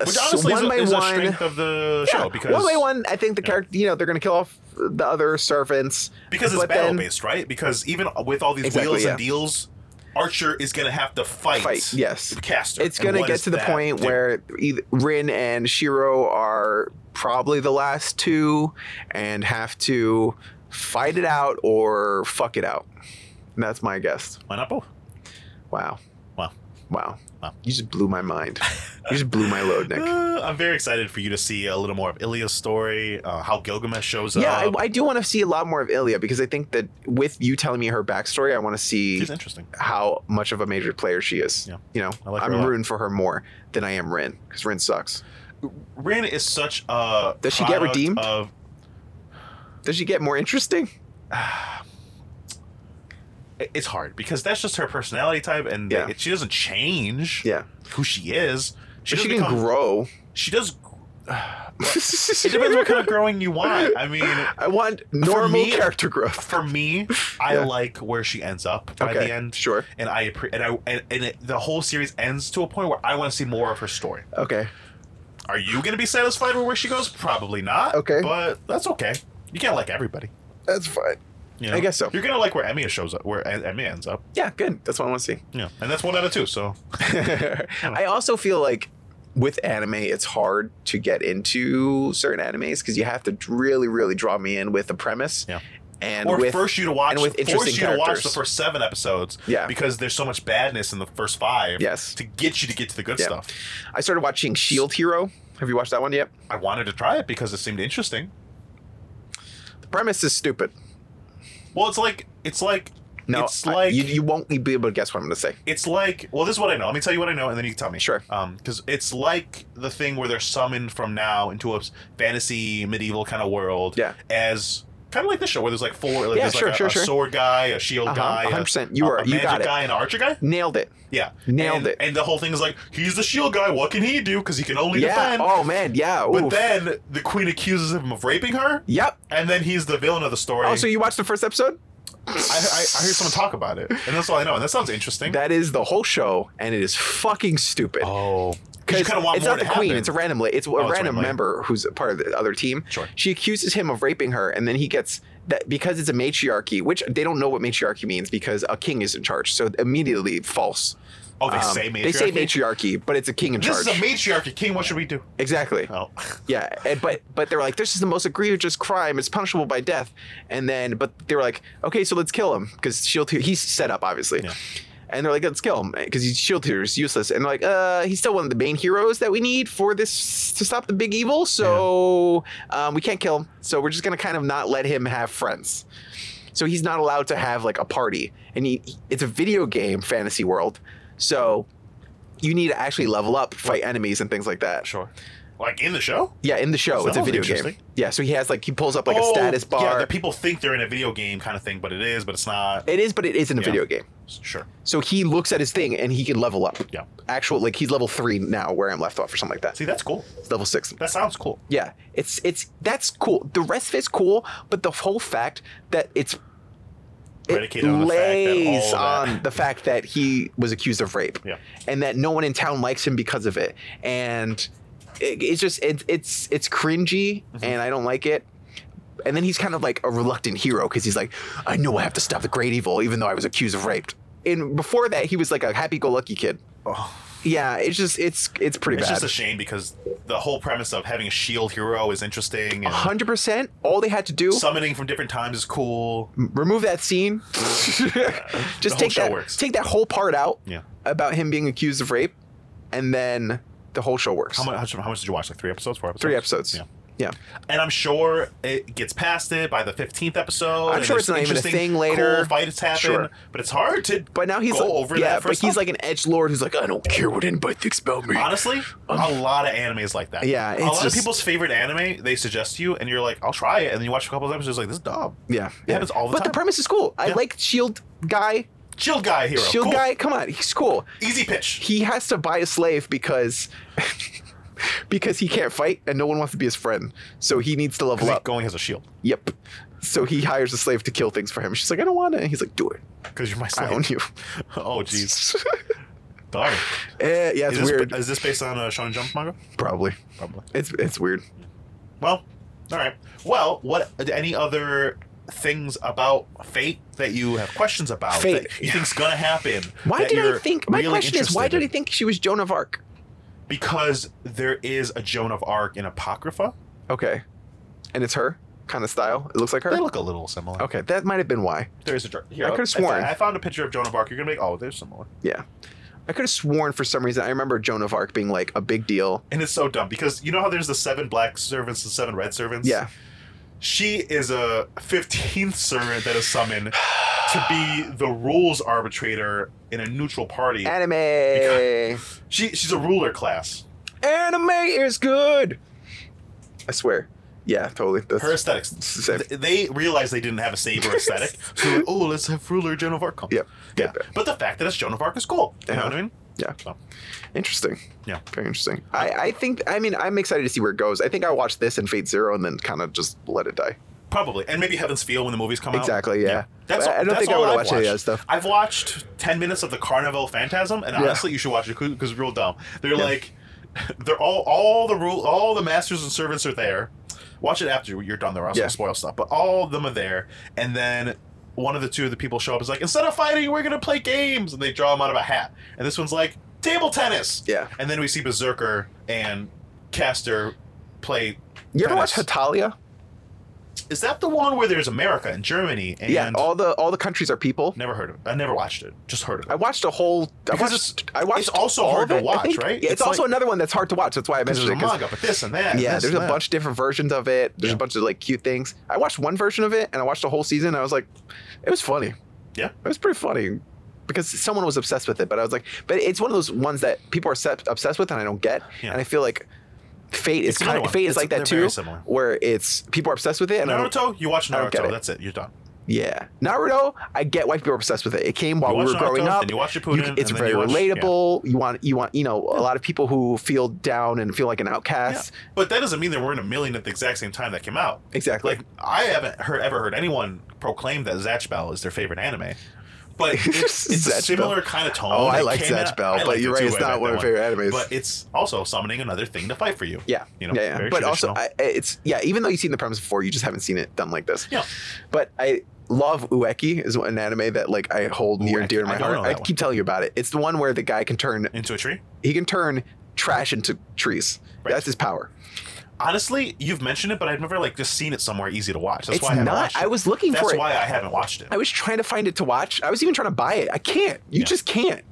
Which s- honestly one is, a, by is a one strength of the show because one by one, I think the Yeah. character, you know, they're going to kill off the other servants because it's but battle then- based, right? Because even with all these Exactly, wheels yeah. and deals, Archer is gonna have to fight, fight. Yes. Caster. It's And going to what get is to the that? point They- where either Rin and Shiro are probably the last two and have to fight it out or fuck it out. And that's my guess. why not both? Wow. Wow. Wow. Wow. You just blew my mind. You just blew my *laughs* load, Nick. Uh, I'm very excited for you to see a little more of Ilya's story, uh, how Gilgamesh shows Yeah, up. I, I do want to see a lot more of Ilya because I think that with you telling me her backstory, I want to see She's interesting. how much of a major player she is. Yeah. You know, I like her a I'm lot. rooting for her more than I am Rin because Rin sucks. Rin is such a. Does she get product redeemed? Of, Does she get more interesting? it- it's hard because that's just her personality type, and Yeah. it- she doesn't change Yeah. who she is. She But she doesn't can become- grow. She does. It depends what kind *laughs* of growing you want. I mean, I want normal me- character growth. for me, I Yeah. like where she ends up by okay. the end, Sure. and I appre- and I and, and it, the whole series ends to a point where I want to see more of her story. Okay. Are you going to be satisfied with where she goes? Probably not. Okay. but that's okay. You can't like everybody. That's fine. You I guess so. You're gonna like where Emmy shows up, where E- Emmy ends up. Yeah, good. That's what I want to see. *laughs* Yeah, and that's one out of two. So I also feel like with anime, it's hard to get into certain animes because you have to really, really draw me in with a premise. Yeah. And or with force you to watch, and with force interesting you to watch characters. the first seven episodes. Yeah. because there's so much badness in the first five. yes, to get you to get to the good Yeah. stuff. I started watching Shield Hero. Have you watched that one yet? I wanted to try it because it seemed interesting. The premise is stupid. Well, it's like it's like No, It's I- like- you, you won't be able to guess what I'm going to say. it's like well, this is what I know. Let me tell you what I know, and then you can tell me. Sure. Um, because it's like the thing where they're summoned from now into a fantasy medieval kind of world. Yeah. As kind of like this show where there's like four, like Yeah, there's sure, like a, sure, a sure. sword guy, a shield Uh-huh, guy, a, 100%. You a- are- a you magic got it. guy, and an archer guy. Nailed it. Yeah. Nailed and, it. And the whole thing is like he's the shield guy. What can he do? Because he can only yeah. defend. Oh man. Yeah. But Oof. then the queen accuses him of raping her, Yep. and then he's the villain of the story. Oh, so you watched the first episode? I, I, I heard someone talk about it, and that's all I know. And that sounds interesting. That is the whole show, and it is fucking stupid. oh, 'Cause because you kind of want it's more not to the queen; happen. Oh, it's a random. la- It's a it's random randomly. member who's a part of the other team. Sure. She accuses him of raping her, and then he gets that because it's a matriarchy, which they don't know what matriarchy means because a king is in charge. So immediately false. oh, they Um, say matriarchy. They say matriarchy, but it's a king in This is charge. a matriarchy king. What should we do? exactly. Oh, Yeah, and, but but they're like, this is the most egregious crime. It's punishable by death. And then, but they were like, okay, so let's kill him because Shield Hero, he's set up obviously. Yeah. And they're like, let's kill him because he's Shield Hero, he's useless. And they're like, uh, he's still one of the main heroes that we need for this to stop the big evil. So um, we can't kill him. So we're just gonna kind of not let him have friends. So he's not allowed to have like a party. And he, it's a video game fantasy world. So you need to actually level up, fight enemies, and things like *laughs* that. sure. Like in the show? Yeah, in the show, That it's a was video game. interesting. Yeah, so he has like he pulls up like Oh, a status bar. Yeah, that people think they're in a video game kind of thing, but it is, but it's not. it is, but it isn't a Yeah. video game. Sure. So he looks at his thing and he can level up. Yeah. Actual like he's level three now, where I'm left off or something like that. See, that's cool. It's level six. That sounds cool. Yeah, it's it's that's cool. The rest of it's cool, but the whole fact that it's Predicated on the fact that all lays that- on the fact that he was accused of rape, Yeah. and that no one in town likes him because of it, and it, it's just it, it's it's cringy, Mm-hmm. and I don't like it. And then he's kind of like a reluctant hero because he's like, I know I have to stop the great evil, even though I was accused of rape. And before that, he was like a happy-go-lucky kid. Oh, Yeah, it's just it's it's pretty it's bad. just a shame because the whole premise of having a shield hero is interesting. *laughs* And hundred percent. All they had to do summoning from different times is cool. remove that *laughs* scene. *laughs* the Just whole take show that works. take that whole part out Yeah. about him being accused of rape, and then the whole show works. How much? How much did you watch? Like three episodes, four episodes? Three episodes. Yeah. Yeah. and I'm sure it gets past it by the fifteenth episode. I'm and sure it's there's not even a interesting, thing later. Cool fights happen, Sure. but it's hard to. But now he's Go like, over yeah, that but first he's time? like an edge lord who's like, I don't care what anybody thinks about me. Honestly, a lot of anime is like that. Yeah, a it's lot of just- people's favorite anime they suggest to you, and you're like, "I'll try it," and then you watch a couple of episodes, like this is dumb. yeah, It happens all the but time. the premise is cool. I Yeah. like Shield guy. Shield guy hero, Shield cool. guy, come on, he's cool. easy pitch. He has to buy a slave because. *laughs* Because he can't fight and no one wants to be his friend, so he needs to level He's up. going as a shield Yep. So he hires a slave to kill things for him. She's like, I don't want it. And he's like, Do it. because you're my I own slave. you. *laughs* Oh, jeez, darn. *laughs* Eh, yeah, it's Is this, weird. is this based on a Shonen Jump manga? Probably. Probably. It's it's weird. Well, all right. Well, what? Any other things about fate that you have questions about Fate, that you think's gonna happen. Why that did I you're think? My really question is, why interested did I in. think she was Joan of Arc? Because there is a Joan of Arc in Apocrypha. Okay, and it's her kind of style. It looks like They her. look a little similar. Okay, that might have been why. There is a Joan. Here, I could've sworn. I, found a picture of Joan of Arc. You're gonna make oh, they're similar. Yeah, I could have sworn for some reason I remember Joan of Arc being like a big deal. And it's so dumb because you know how there's the seven black servants and seven red servants. Yeah, she is a 15th servant that is summoned to be the rules arbitrator in a neutral party. *laughs* anime. She she's a ruler class. anime is good. I swear. Yeah, totally. That's Her aesthetics. it's the same. Th- They realized they didn't have a saber aesthetic, so they're like, oh, let's have ruler Joan of Arc. Come. Yep. Yeah. But the fact that it's Joan of Arc is cool. You know Uh-huh. what I mean? Yeah. So. Interesting. Yeah. Very interesting. I, I think, I mean, I'm excited to see where it goes. I think I watched this and Fate Zero and then kind of just let it die. Probably, and maybe Heaven's Feel when the movies come out. Exactly. Yeah. That's I, I don't that's think I all would have I've watched, any of that watched. stuff. I've watched 10 minutes of the Carnival Phantasm, and Yeah. honestly, you should watch it because it's real dumb. They're Yeah. like, *laughs* they're all, all the rule, all the masters and servants are there. Watch it after you're done, there. I'll Yeah. spoil stuff, but all of them are there. And then one of the two of the people show up is like, instead of fighting, we're going to play games. And they draw them out of a hat. And this one's like, table tennis. Yeah. And then we see Berserker and Caster play. You ever watch tennis. Hatalia? Is that the one where there's America and Germany? And yeah. All the all the countries are people. never heard of it. I never watched it. Just heard of it. I watched a whole. I Because watched. I watched. it's also all hard of to it, I watch, think. right? Yeah, it's, It's also like- another one that's hard to watch. That's why I There's mentioned a it. 'cause- manga, but this and that. and Yeah, this there's and a that. bunch of different versions of it. There's Yeah. a bunch of like cute things. I watched one version of it and I watched the whole season. And I was like, it was funny. Yeah. It was pretty funny because someone was obsessed with it. But I was like, but it's one of those ones that people are set, obsessed with and I don't get. Yeah. And I feel like Fate is It's another kind of, one. Fate is It's- like that they're very too, similar. where it's people are obsessed with it. And I don't, Naruto, you watch I don't get Naruto. it. that's it. You're done. yeah, Naruto, I get why people are obsessed with it. It came while you we watch were Naruto, growing up. Then you watch Shippuden. You can- it's and then very you watch- relatable. You want, you want, you know, a lot of people who feel down and feel like an Yeah. outcast. Yeah. But that doesn't mean there weren't a million at the exact same time that came out. Exactly. Like I haven't heard ever heard anyone proclaim that Zatch Bell is their favorite anime. *laughs* But it's, it's a Zatch similar kind of tone. Oh, I It like came out- Zatch Bell, I but liked you're it right. too, It's I not liked one of that my favorite animes. But it's also summoning another thing to fight for you. yeah, You know, yeah, yeah. very But also, I, traditional. it's yeah. Even though you've seen the premise before, you just haven't seen it done like this. Yeah. But I love Ueki is an anime that like I hold near and dear to Ueki. my I don't heart. know I that one. keep telling you about it. It's the one where the guy can turn Into a tree. he can turn trash into trees. Right. That's his power. Honestly, you've mentioned it, but I've never like just seen it somewhere easy to watch. That's it's why I haven't not. watched it. I was looking That's for it. why I haven't watched it. I was trying to find it to watch. I was even trying to buy it. I can't. You Yeah. just can't.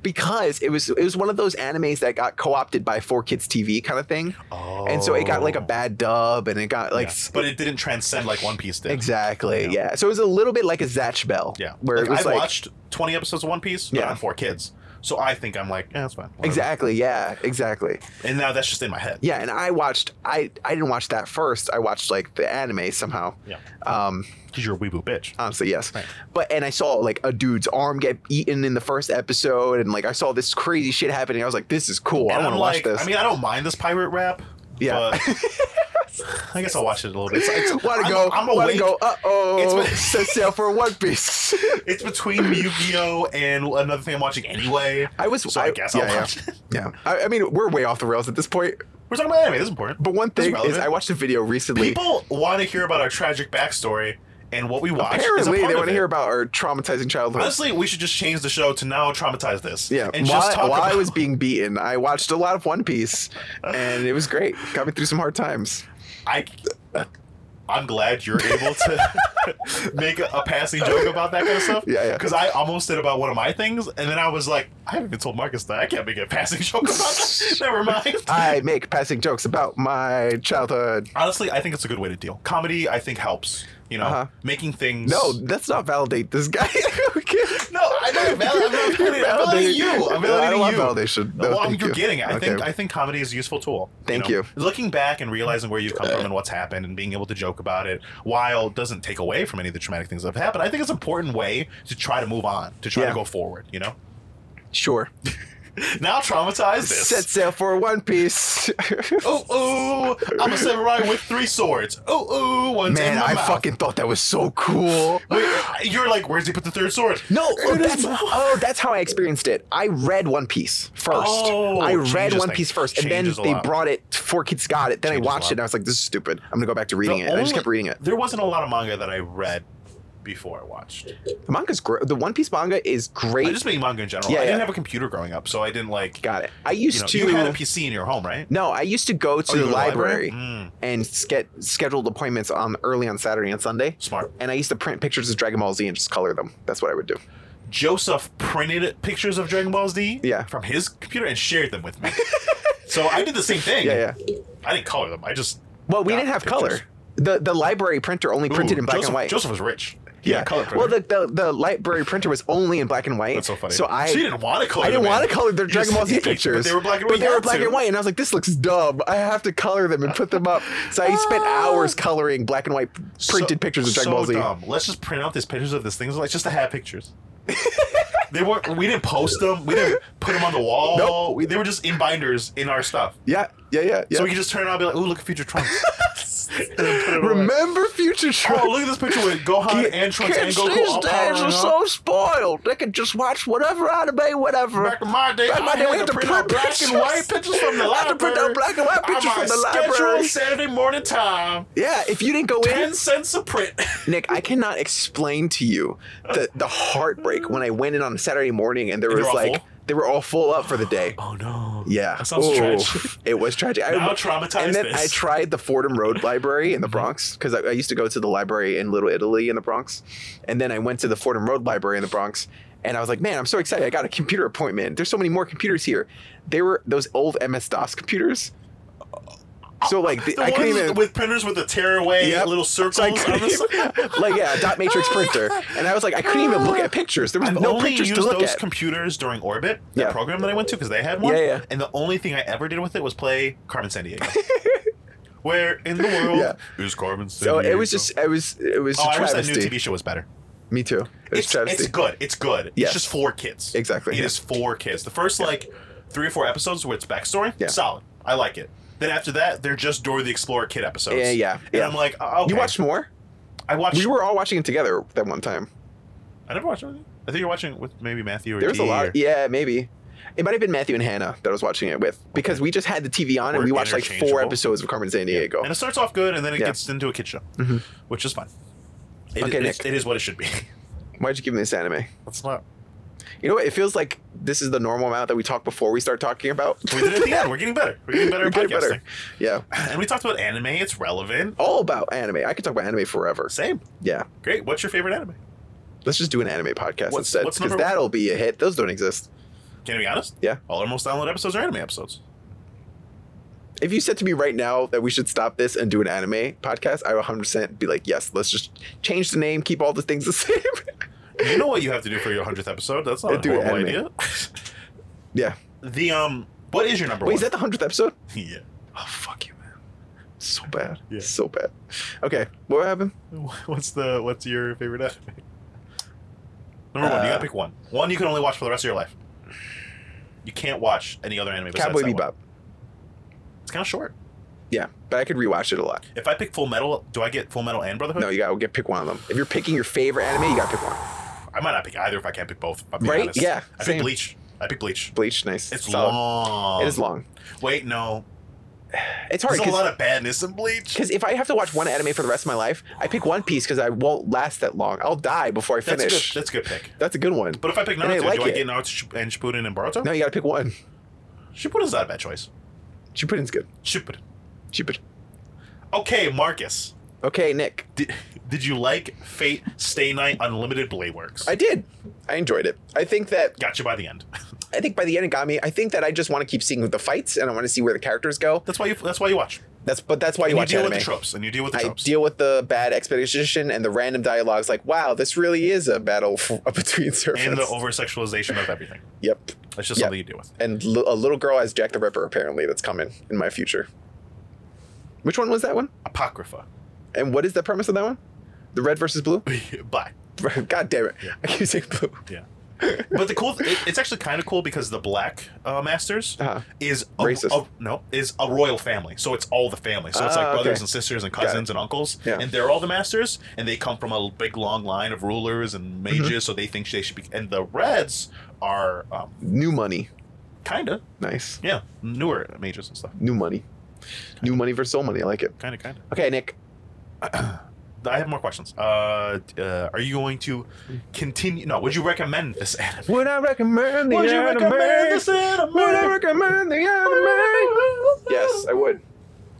Because it was it was one of those animes that got co-opted by 4Kids TV kind of thing. Oh. And so it got like a bad dub and it got like Yeah. but it didn't transcend like One Piece did. *laughs* Exactly. Yeah. Yeah. So it was a little bit like a Zatch Bell. Yeah. Where like, it was I've like watched 20 episodes of One Piece, but Yeah. I'm four kids. So I think I'm like, yeah, that's fine. whatever. exactly. Yeah. Exactly. And now that's just in my head. Yeah. And I watched. I I didn't watch that first. I watched like the anime somehow. Yeah. Um. Because you're a weeboo bitch. Honestly, yes. Right. But and I saw like a dude's arm get eaten in the first episode, and like I saw this crazy shit happening. I was like, this is cool. I And want I'm to watch like, this. I mean, I don't mind this pirate rap. Yeah. *laughs* but I guess I'll watch it a little bit. It's, *laughs* it's, I'm- want to go? I'm want awake. to go? Uh oh! It's- *laughs* Set sail for One Piece. It's between Yu-Gi-Oh and another thing I'm watching anyway. I was. So *laughs* I, guess I'll yeah, watch it. *laughs* yeah. yeah. I, I mean, we're way off the rails at this point. We're talking about anime. This is important. But one It's thing is, relevant. I watched a video recently. People want to hear about our tragic backstory and what we watch. is a Apparently, part they of want to it. hear about our traumatizing childhood. Honestly, we should just change the show to now traumatize this. yeah, and while, just talk while about I was being beaten, I watched a lot of One Piece, and it was great. Got me through some hard times. *laughs* I. I'm glad you're able to *laughs* make a, a passing joke about that kind of stuff. Yeah, yeah. Because I almost did about one of my things, and then I was like, I haven't even told Marcus that I can't make a passing joke about *laughs* that. Never mind. *laughs* I make passing jokes about my childhood. Honestly, I think it's a good way to deal. Comedy, I think, helps. You know, Uh-huh. making things. No, let's not validate this guy. *laughs* no, I know. I'm valid- I'm validating- I'm validating you. I'm No, I validating don't want you. validation. No, well, thank you're you. getting it. I think Okay. I think comedy is a useful tool. Thank you. Looking back and realizing where you've come from and what's happened and being able to joke about it while it doesn't take away from any of the traumatic things that have happened, I think it's an important way to try to move on, to try Yeah. to go forward, you know? sure. now traumatized this. Set sail for One Piece. *laughs* Oh, oh, I'm a samurai with three swords. Oh, oh, one's in Man, my I mouth. fucking thought that was so cool. Wait, you're like, where's he put the third sword? No, oh, In his that's, mouth. oh, that's how I experienced it. I read One Piece first. Oh, I read changes One things. Piece first, and then Changes a they lot. brought it. Four kids got it. Then Changes I a watched lot. it, and I was like, "This is stupid. I'm gonna go back to reading The it." And I just only- kept reading it. There wasn't a lot of manga that I read before I watched. The manga's great. The One Piece manga is I great. just mean manga in general. I Yeah, didn't yeah. have a computer growing up, so I didn't like. got it. I You, know, used you to. had a PC in your home, right? no, I used to go to Oh, you go to the the library, Mm, and s- get scheduled appointments on early on Saturday and Sunday. smart. And I used to print pictures of Dragon Ball Z and just color them. That's what I would do. Joseph printed pictures of Dragon Ball Z Yeah. from his computer and shared them *laughs* with me. so I did the same thing. Yeah, yeah. I didn't color them. I just Well, we Got didn't have pictures. color. The the library printer only printed Ooh, in black Joseph, and white. Joseph was rich. He had a color Well, printer. the, the the library printer was only in black and white. That's so funny. I So you didn't wanna color I didn't them want in. to color their You Dragon just- Ball Z *laughs* but they pictures. were black and But white, they you were had black to. and white, and I was like, "This looks dumb. I have to color them and put them up." So I *laughs* spent hours coloring black and white printed So- pictures of Dragon so Ball Z. Dumb. Let's just print out these pictures of these things. Like just to have pictures. they weren't. We didn't post them. We didn't put them on the wall. Nope. We- they were just in binders in our stuff. Yeah, yeah, yeah. yeah. So we could just turn around and be like, "Ooh, look at future Trunks." *laughs* And then put it away. remember future Trunks. Oh, look uh, at this picture with Gohan and Trunks and Kids Goku these all days powering are up. so spoiled. They can just watch whatever anime, whatever. Back in my day, Back in my I day, had we had to print out black and white pictures from *laughs* the library. I had to print out black and white on pictures my from the scheduled library. Saturday morning time, yeah, if you didn't go in, ten cents a print. Nick, I cannot explain to you the the heartbreak when I went in on a Saturday morning and there They were was all like full? they were all full up for the day. Oh no. Yeah, That sounds Ooh, tragic. It was tragic. I- Now traumatize and then this. Mm-hmm. I tried the Fordham Road Library in the Bronx because I, I used to go to the library in Little Italy in the Bronx, and then I went to the Fordham Road Library in the Bronx, and I was like, man, I'm so excited! I got a computer appointment. There's so many more computers here. They were those old MS DOS computers. So like the, The I ones couldn't even with printers with the tear away Yep. little circles so I on the couldn't side. even- like yeah, a dot matrix printer, and I was like, I couldn't even look at pictures. There was I've no only pictures used to look those at. computers during orbit, that Yeah. program that I went to because they had one. Yeah, yeah. And the only thing I ever did with it was play Carmen San *laughs* Diego. Where in the world Yeah. is Carmen San so Diego? it was just, it was, it was Oh, a I wish that new travesty. TV show was better. Me too. It was It's, travesty. it's good. It's good. Yes. It's just four kids. Exactly, It yeah. is four kids. The first like three or four episodes where it's backstory, Yeah. solid. I like it. Then after that, they're just Dora the Explorer kid episodes. Yeah, yeah, And yeah. I'm like, oh, okay. You watched more? I watched. We were all watching it together that one time. I never watched it. with you. I think you're watching it with maybe Matthew or There was a Dee lot. or- Yeah, maybe. It might have been Matthew and Hannah that I was watching it with because we just had the TV on and We're we watched like four interchangeable. episodes of Carmen San Diego. And it starts off good, and then it Yeah. gets into a kid show, Mhm. which is fine. It, Okay, it Nick. is- it is what it should be. *laughs* Why'd you give me this anime? That's not. You know what? It feels like this is the normal amount that we talk before we start talking about. We did it at the *laughs* end. We're getting better. We're getting better We're at getting podcasting. better. Yeah. And we talked about anime. It's relevant. All about anime. I could talk about anime forever. Same. Yeah. Great. What's your favorite anime? Let's just do an anime podcast What's- instead what's because number- that'll be a hit. Those don't exist. Can I be honest? Yeah. All our most downloaded episodes are anime episodes. If you said to me right now that we should stop this and do an anime podcast, I would 100% be like, yes, let's just change the name, keep all the things the *laughs* same. You know what you have to do for your hundredth episode. That's not a Do it horrible anime. idea. *laughs* yeah. the um, what is your number Wait, is one? that the 100th episode? *laughs* yeah. Oh, fuck you, man. So bad. Yeah. So bad. Okay, what happened? *laughs* What's the what's your favorite anime? Number one, you Uh, gotta pick one. One you can only watch for the rest of your life. You can't watch any other anime. Besides Cowboy that one. Bebop. It's kind of short. Yeah, but I could rewatch it a lot. If I pick Full Metal, do I get Full Metal and Brotherhood? No, you gotta get pick one of them. If you're picking your favorite anime, you gotta pick one. I might not pick either if I can't pick both. if I'm being Right? honest. Yeah, I same. pick Bleach. I pick Bleach. Bleach, nice. It's Solid. long. It is long. Wait, no. It's hard There's a lot because of badness in Bleach. if I have to watch one anime for the rest of my life, I pick One Piece because I won't last that long. I'll die before I That's a finish. good. That's a good pick. That's a good one. But if I pick And I Naruto, like do I it. get Naruto Sh- and Shippuden and Boruto? No, you gotta pick one. Shippuden's not a bad choice. Shippuden's good. Shippuden. Shippuden. Okay, Marcus. Okay, Nick. Did, did you like Fate Stay Night Unlimited Blade Works? I did. I enjoyed it. I think that Got you by the end. *laughs* I think by the end it got me. I think that I just want to keep seeing the fights and I want to see where the characters go. That's why you. That's why you watch. That's but that's why you And you watch deal anime. with the tropes, and you deal with the I tropes. deal with the bad exposition and the random dialogues. Like, wow, this really is a battle f- *laughs* between servants. and the over sexualization of everything. yep. That's just Yeah. something you deal with. And l- a little girl as Jack the Ripper apparently that's coming in my future. Which one was that one? Apocrypha. *laughs* And what is the premise of that one? The red versus blue? *laughs* Bye. God damn it! Yeah. *laughs* I keep saying blue. Yeah. But the cool, th- it, it's actually kind of cool because the black uh, masters Uh, is a, Racist. a- no is a royal family, so it's all the family. So it's like Ah, okay. brothers and sisters and cousins and uncles, Yeah. and they're all the masters, and they come from a big long line of rulers Mm-hmm. and mages. So they think they should be. And the reds are um, new money. kinda Nice. yeah newer mages and stuff. New money. New money versus old money. I like it. Kinda, kinda. Okay, Nick. I have more questions. Uh, uh, are you going to continue? No. Would you recommend this anime? Would I recommend the Would you anime? recommend this anime? Would I recommend the anime? Yes, I would.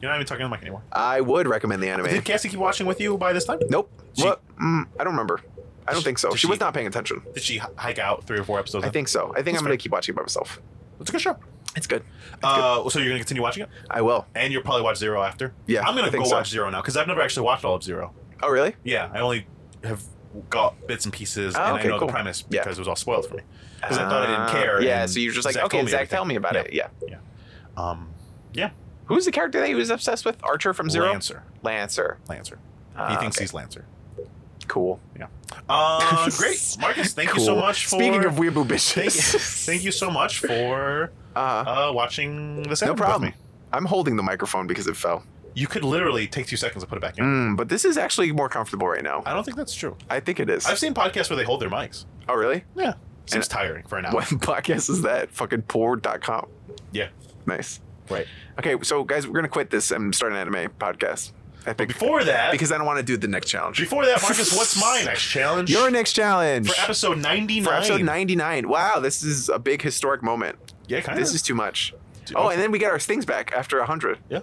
You're not even talking to the mic anymore. I would recommend the anime. *laughs* Did Cassie keep watching with you by this time? Nope. She- What? Mm, I don't remember. I don't She- think so. did She was she- not paying attention. Did she h- hike out three or four episodes? I think so. I think That's I'm fair. gonna keep watching it by myself. it's a good show. It's good. Uh, so you're gonna continue watching it, I will. and you'll probably watch Zero after. Yeah, I'm gonna I think go so. watch Zero now because I've never actually watched all of Zero. Oh really? Yeah, I only have got bits and pieces, Oh, and okay, I know cool. the premise Yeah. because it was all spoiled for me. Because I thought I Uh, didn't care. Yeah. and So you're just like, Zach okay, told me Zach, everything. tell me about it. Yeah. Um, Who's the character that he was obsessed with? Archer from Zero. Lancer. Lancer. Lancer. Ah, he thinks okay. he's Lancer. cool. *laughs* Uh, great, Marcus. Thank you so Cool. much for Speaking of weeaboo Thank, *laughs* bitches, *laughs* thank you so much for Uh, uh, watching this no episode with problem. me. I'm holding the microphone because it fell. You could literally take two seconds and put it back in. Mm, but this is actually more comfortable right now. I don't think that's true. I think it is. I've seen podcasts where they hold their mics. oh really? *laughs* Yeah. Seems tiring for an hour. What podcast is that? Fucking poor.com. *laughs* Yeah. Nice. Right. Okay, so guys, we're gonna quit this and start an anime podcast. I But think before that, because I don't want to do the next challenge. before that, Marcus, what's *laughs* my next challenge? Your next challenge *laughs* for episode 99. for episode 99. Wow, this is a big historic moment. Yeah, kind This of. is too much. Dude, Oh, okay. and then we get our things back after 100. Yeah.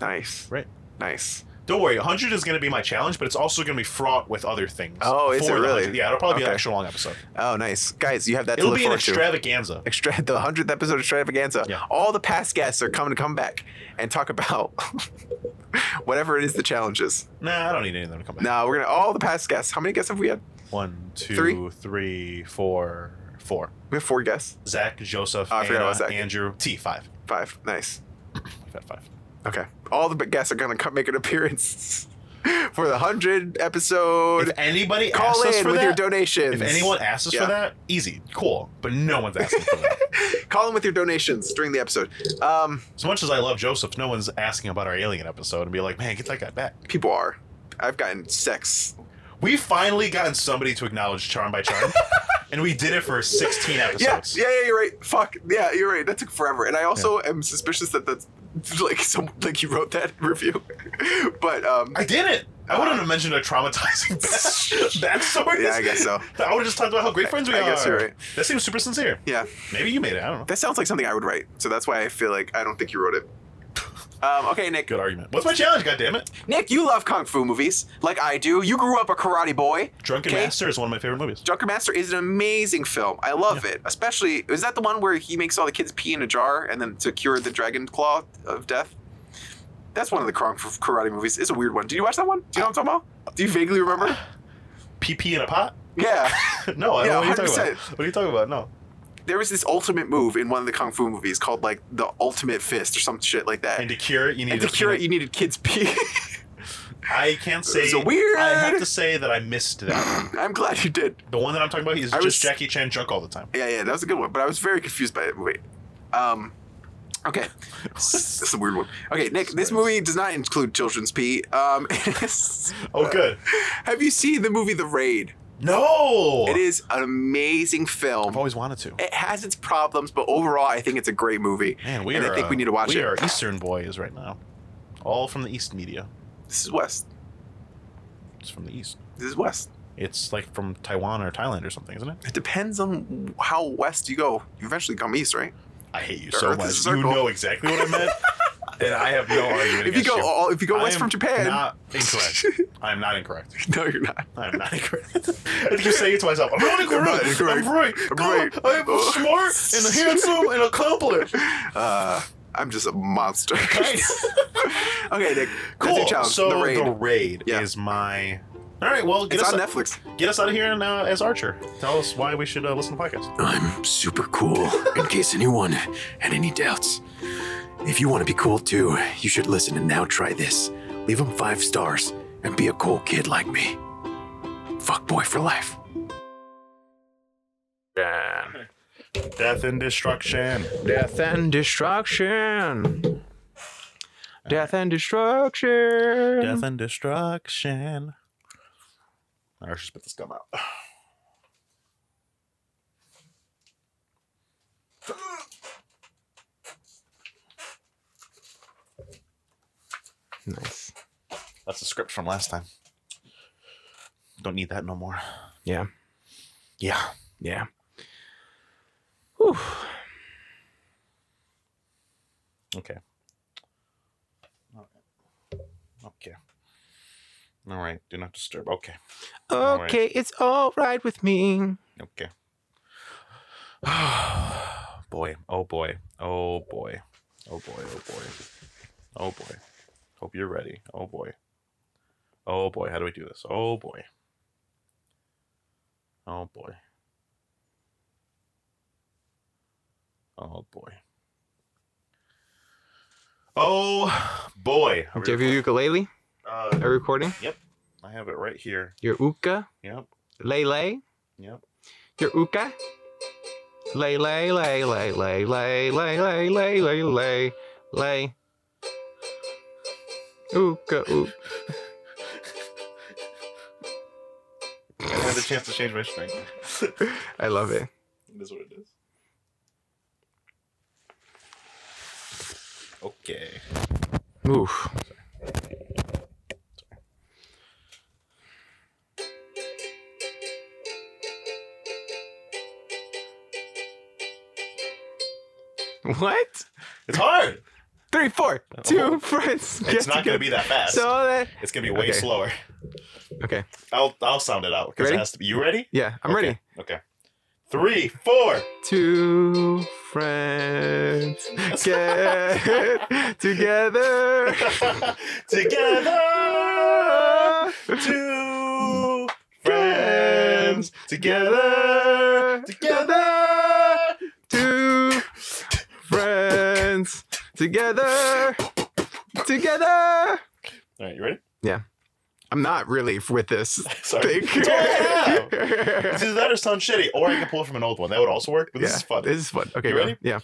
Nice. Right. Nice. Don't worry, 100 is going to be my challenge, but it's also going to be fraught with other things. Oh, is for it the really? 100. Yeah, it'll probably be an Okay. extra long episode. Oh, nice. Guys, you have that to It'll look be an forward to. extravaganza. Extra the hundredth episode of Extravaganza. Yeah. All the past guests are coming to come back and talk about *laughs* whatever it is the challenges. Nah, I don't need any of them to come back. Now we're gonna all the past guests. How many guests have we had? One, two, Three. three, four, four. We have four guests. Zach, Joseph, Oh, I forgot Anna, about Zach. Andrew, T, five. Five. Nice. We've had five. Okay. All the big guests are gonna come make an appearance *laughs* for the hundred episode. If anybody Call asks us in for with your that, donations. if anyone asks us Yeah. for that, easy, cool. But no one's asking for that. *laughs* call in with your donations during the episode. Um, As much as I love Joseph, no one's asking about our alien episode and be like, man, get that guy back. people are. I've gotten sex. We've finally gotten somebody to acknowledge Charm by *laughs* Charm, and we did it for 16 Yeah, episodes. yeah, yeah, you're right. Fuck. Yeah, you're right. That took forever. And I also am suspicious that that's *laughs* like some like you wrote that *laughs* review. but um I did it. I wouldn't have mentioned a *laughs* traumatizing back- backstory. Yeah, I guess so. I would have just talked about how great friends we I are. guess you're right. That seems super sincere. Yeah. Maybe you made it. I don't know. That sounds like something I would write. So that's why I feel like I don't think you wrote it. Um, okay, Nick. Good argument. What's my challenge? God damn it! Nick, you love kung fu movies like I do. You grew up a karate boy. Drunken Okay. Master is one of my favorite movies. Drunken Master is an amazing film. I love it. Especially, is that the one where he makes all the kids pee in a jar and then to cure the dragon claw of death? That's one of the kung fu karate movies. It's a weird one. Did you watch that one? Do you know what I'm talking about? Do you vaguely remember? PP in a pot? *laughs* Yeah. no, I Yeah, don't know what you're talking 100%. about. What are you talking about? No. There was this ultimate move in one of the kung fu movies called like the ultimate fist or some shit like that. And to cure it, you need And to a cure it, peanut- you needed kids pee. *laughs* I can't say. It's a weird- I have to say that I missed that. one. I'm glad you did. The one that I'm talking about is I just was- Jackie Chan drunk all the time. Yeah, yeah, that was a good one, but I was very confused by it. Wait. Um, *laughs* okay. this is a weird one. Okay, Nick, this Sorry. movie does not include children's pee. Um, *laughs* Oh, good. have you seen the movie The Raid? No. It is an amazing I've film. always wanted to. It has its problems, but overall, I think it's a great movie. Man, we and are. I think we uh, need to watch we it. are Eastern boys right now. All from the East media. This is West. It's from the East. This is West. It's like from Taiwan or Thailand or something, isn't it? It depends on how west you go. You eventually come east, right? I hate you The so Earth much. is a You circle. know exactly what I *laughs* meant, and I have no argument. If you against go all, if you go I west am from Japan, *laughs* Not incorrect. I am not incorrect. no, you're not. I am not *laughs* incorrect. I keep saying it to myself. I'm not incorrect. not incorrect. I'm right. I'm God, right. I am smart *laughs* and handsome and accomplished. Uh, I'm just a monster. Right. okay, Nick. That's your Cool. challenge. so the raid. Yeah. is my. All right. Well, get it's us on Netflix. get us out of here and uh, as Archer. Tell us why we should uh, listen to podcasts. I'm super cool, in case anyone had any doubts. If you want to be cool too, you should listen and now try this. Leave them five stars and be a cool kid like me. Fuck boy for life. Death and destruction. Death and destruction. Death and destruction. Death and destruction. I should spit this gum out. Nice. That's the script from last time. Don't need that no more. Yeah. Yeah. Yeah. Whew. Okay. All right. Okay. All right. Do not disturb. Okay. All right. Okay, it's all right with me. Okay. *sighs* boy. Oh boy. Oh boy. Oh boy. Oh boy. Oh boy. Hope you're ready. Oh boy. Oh boy. How do we do this? Oh boy. Oh boy. Oh boy. Oh boy. Do you have your ukulele? Uh, Are you recording? I have it right here. Your uka? Yep. Lay lay? Yep. Your uka? Lay lay lay lay lay lay lay lay lay lay lay lay. Uka uka. I had the chance to change my string. it I love it. is what it is. Okay. Oof. What? It's hard. Three, four, Oh. two friends. It's not going to be that fast. So that. it's going to be way Okay. slower. Okay. I'll I'll sound it out because it Ready? has to be. You ready? Yeah, I'm Okay. ready. Okay. Three, four. *laughs* Two friends get *laughs* together. together, two friends. Together, together. Two friends together. Together. All right, you ready? *laughs* I'm not really f- with this Sorry. thing. It's all I have. It's either that or sound shitty, or I can pull it from an old one. That would also work, but *laughs* this Yeah, *laughs* is fun. This is fun. Okay, You go. ready? Yeah.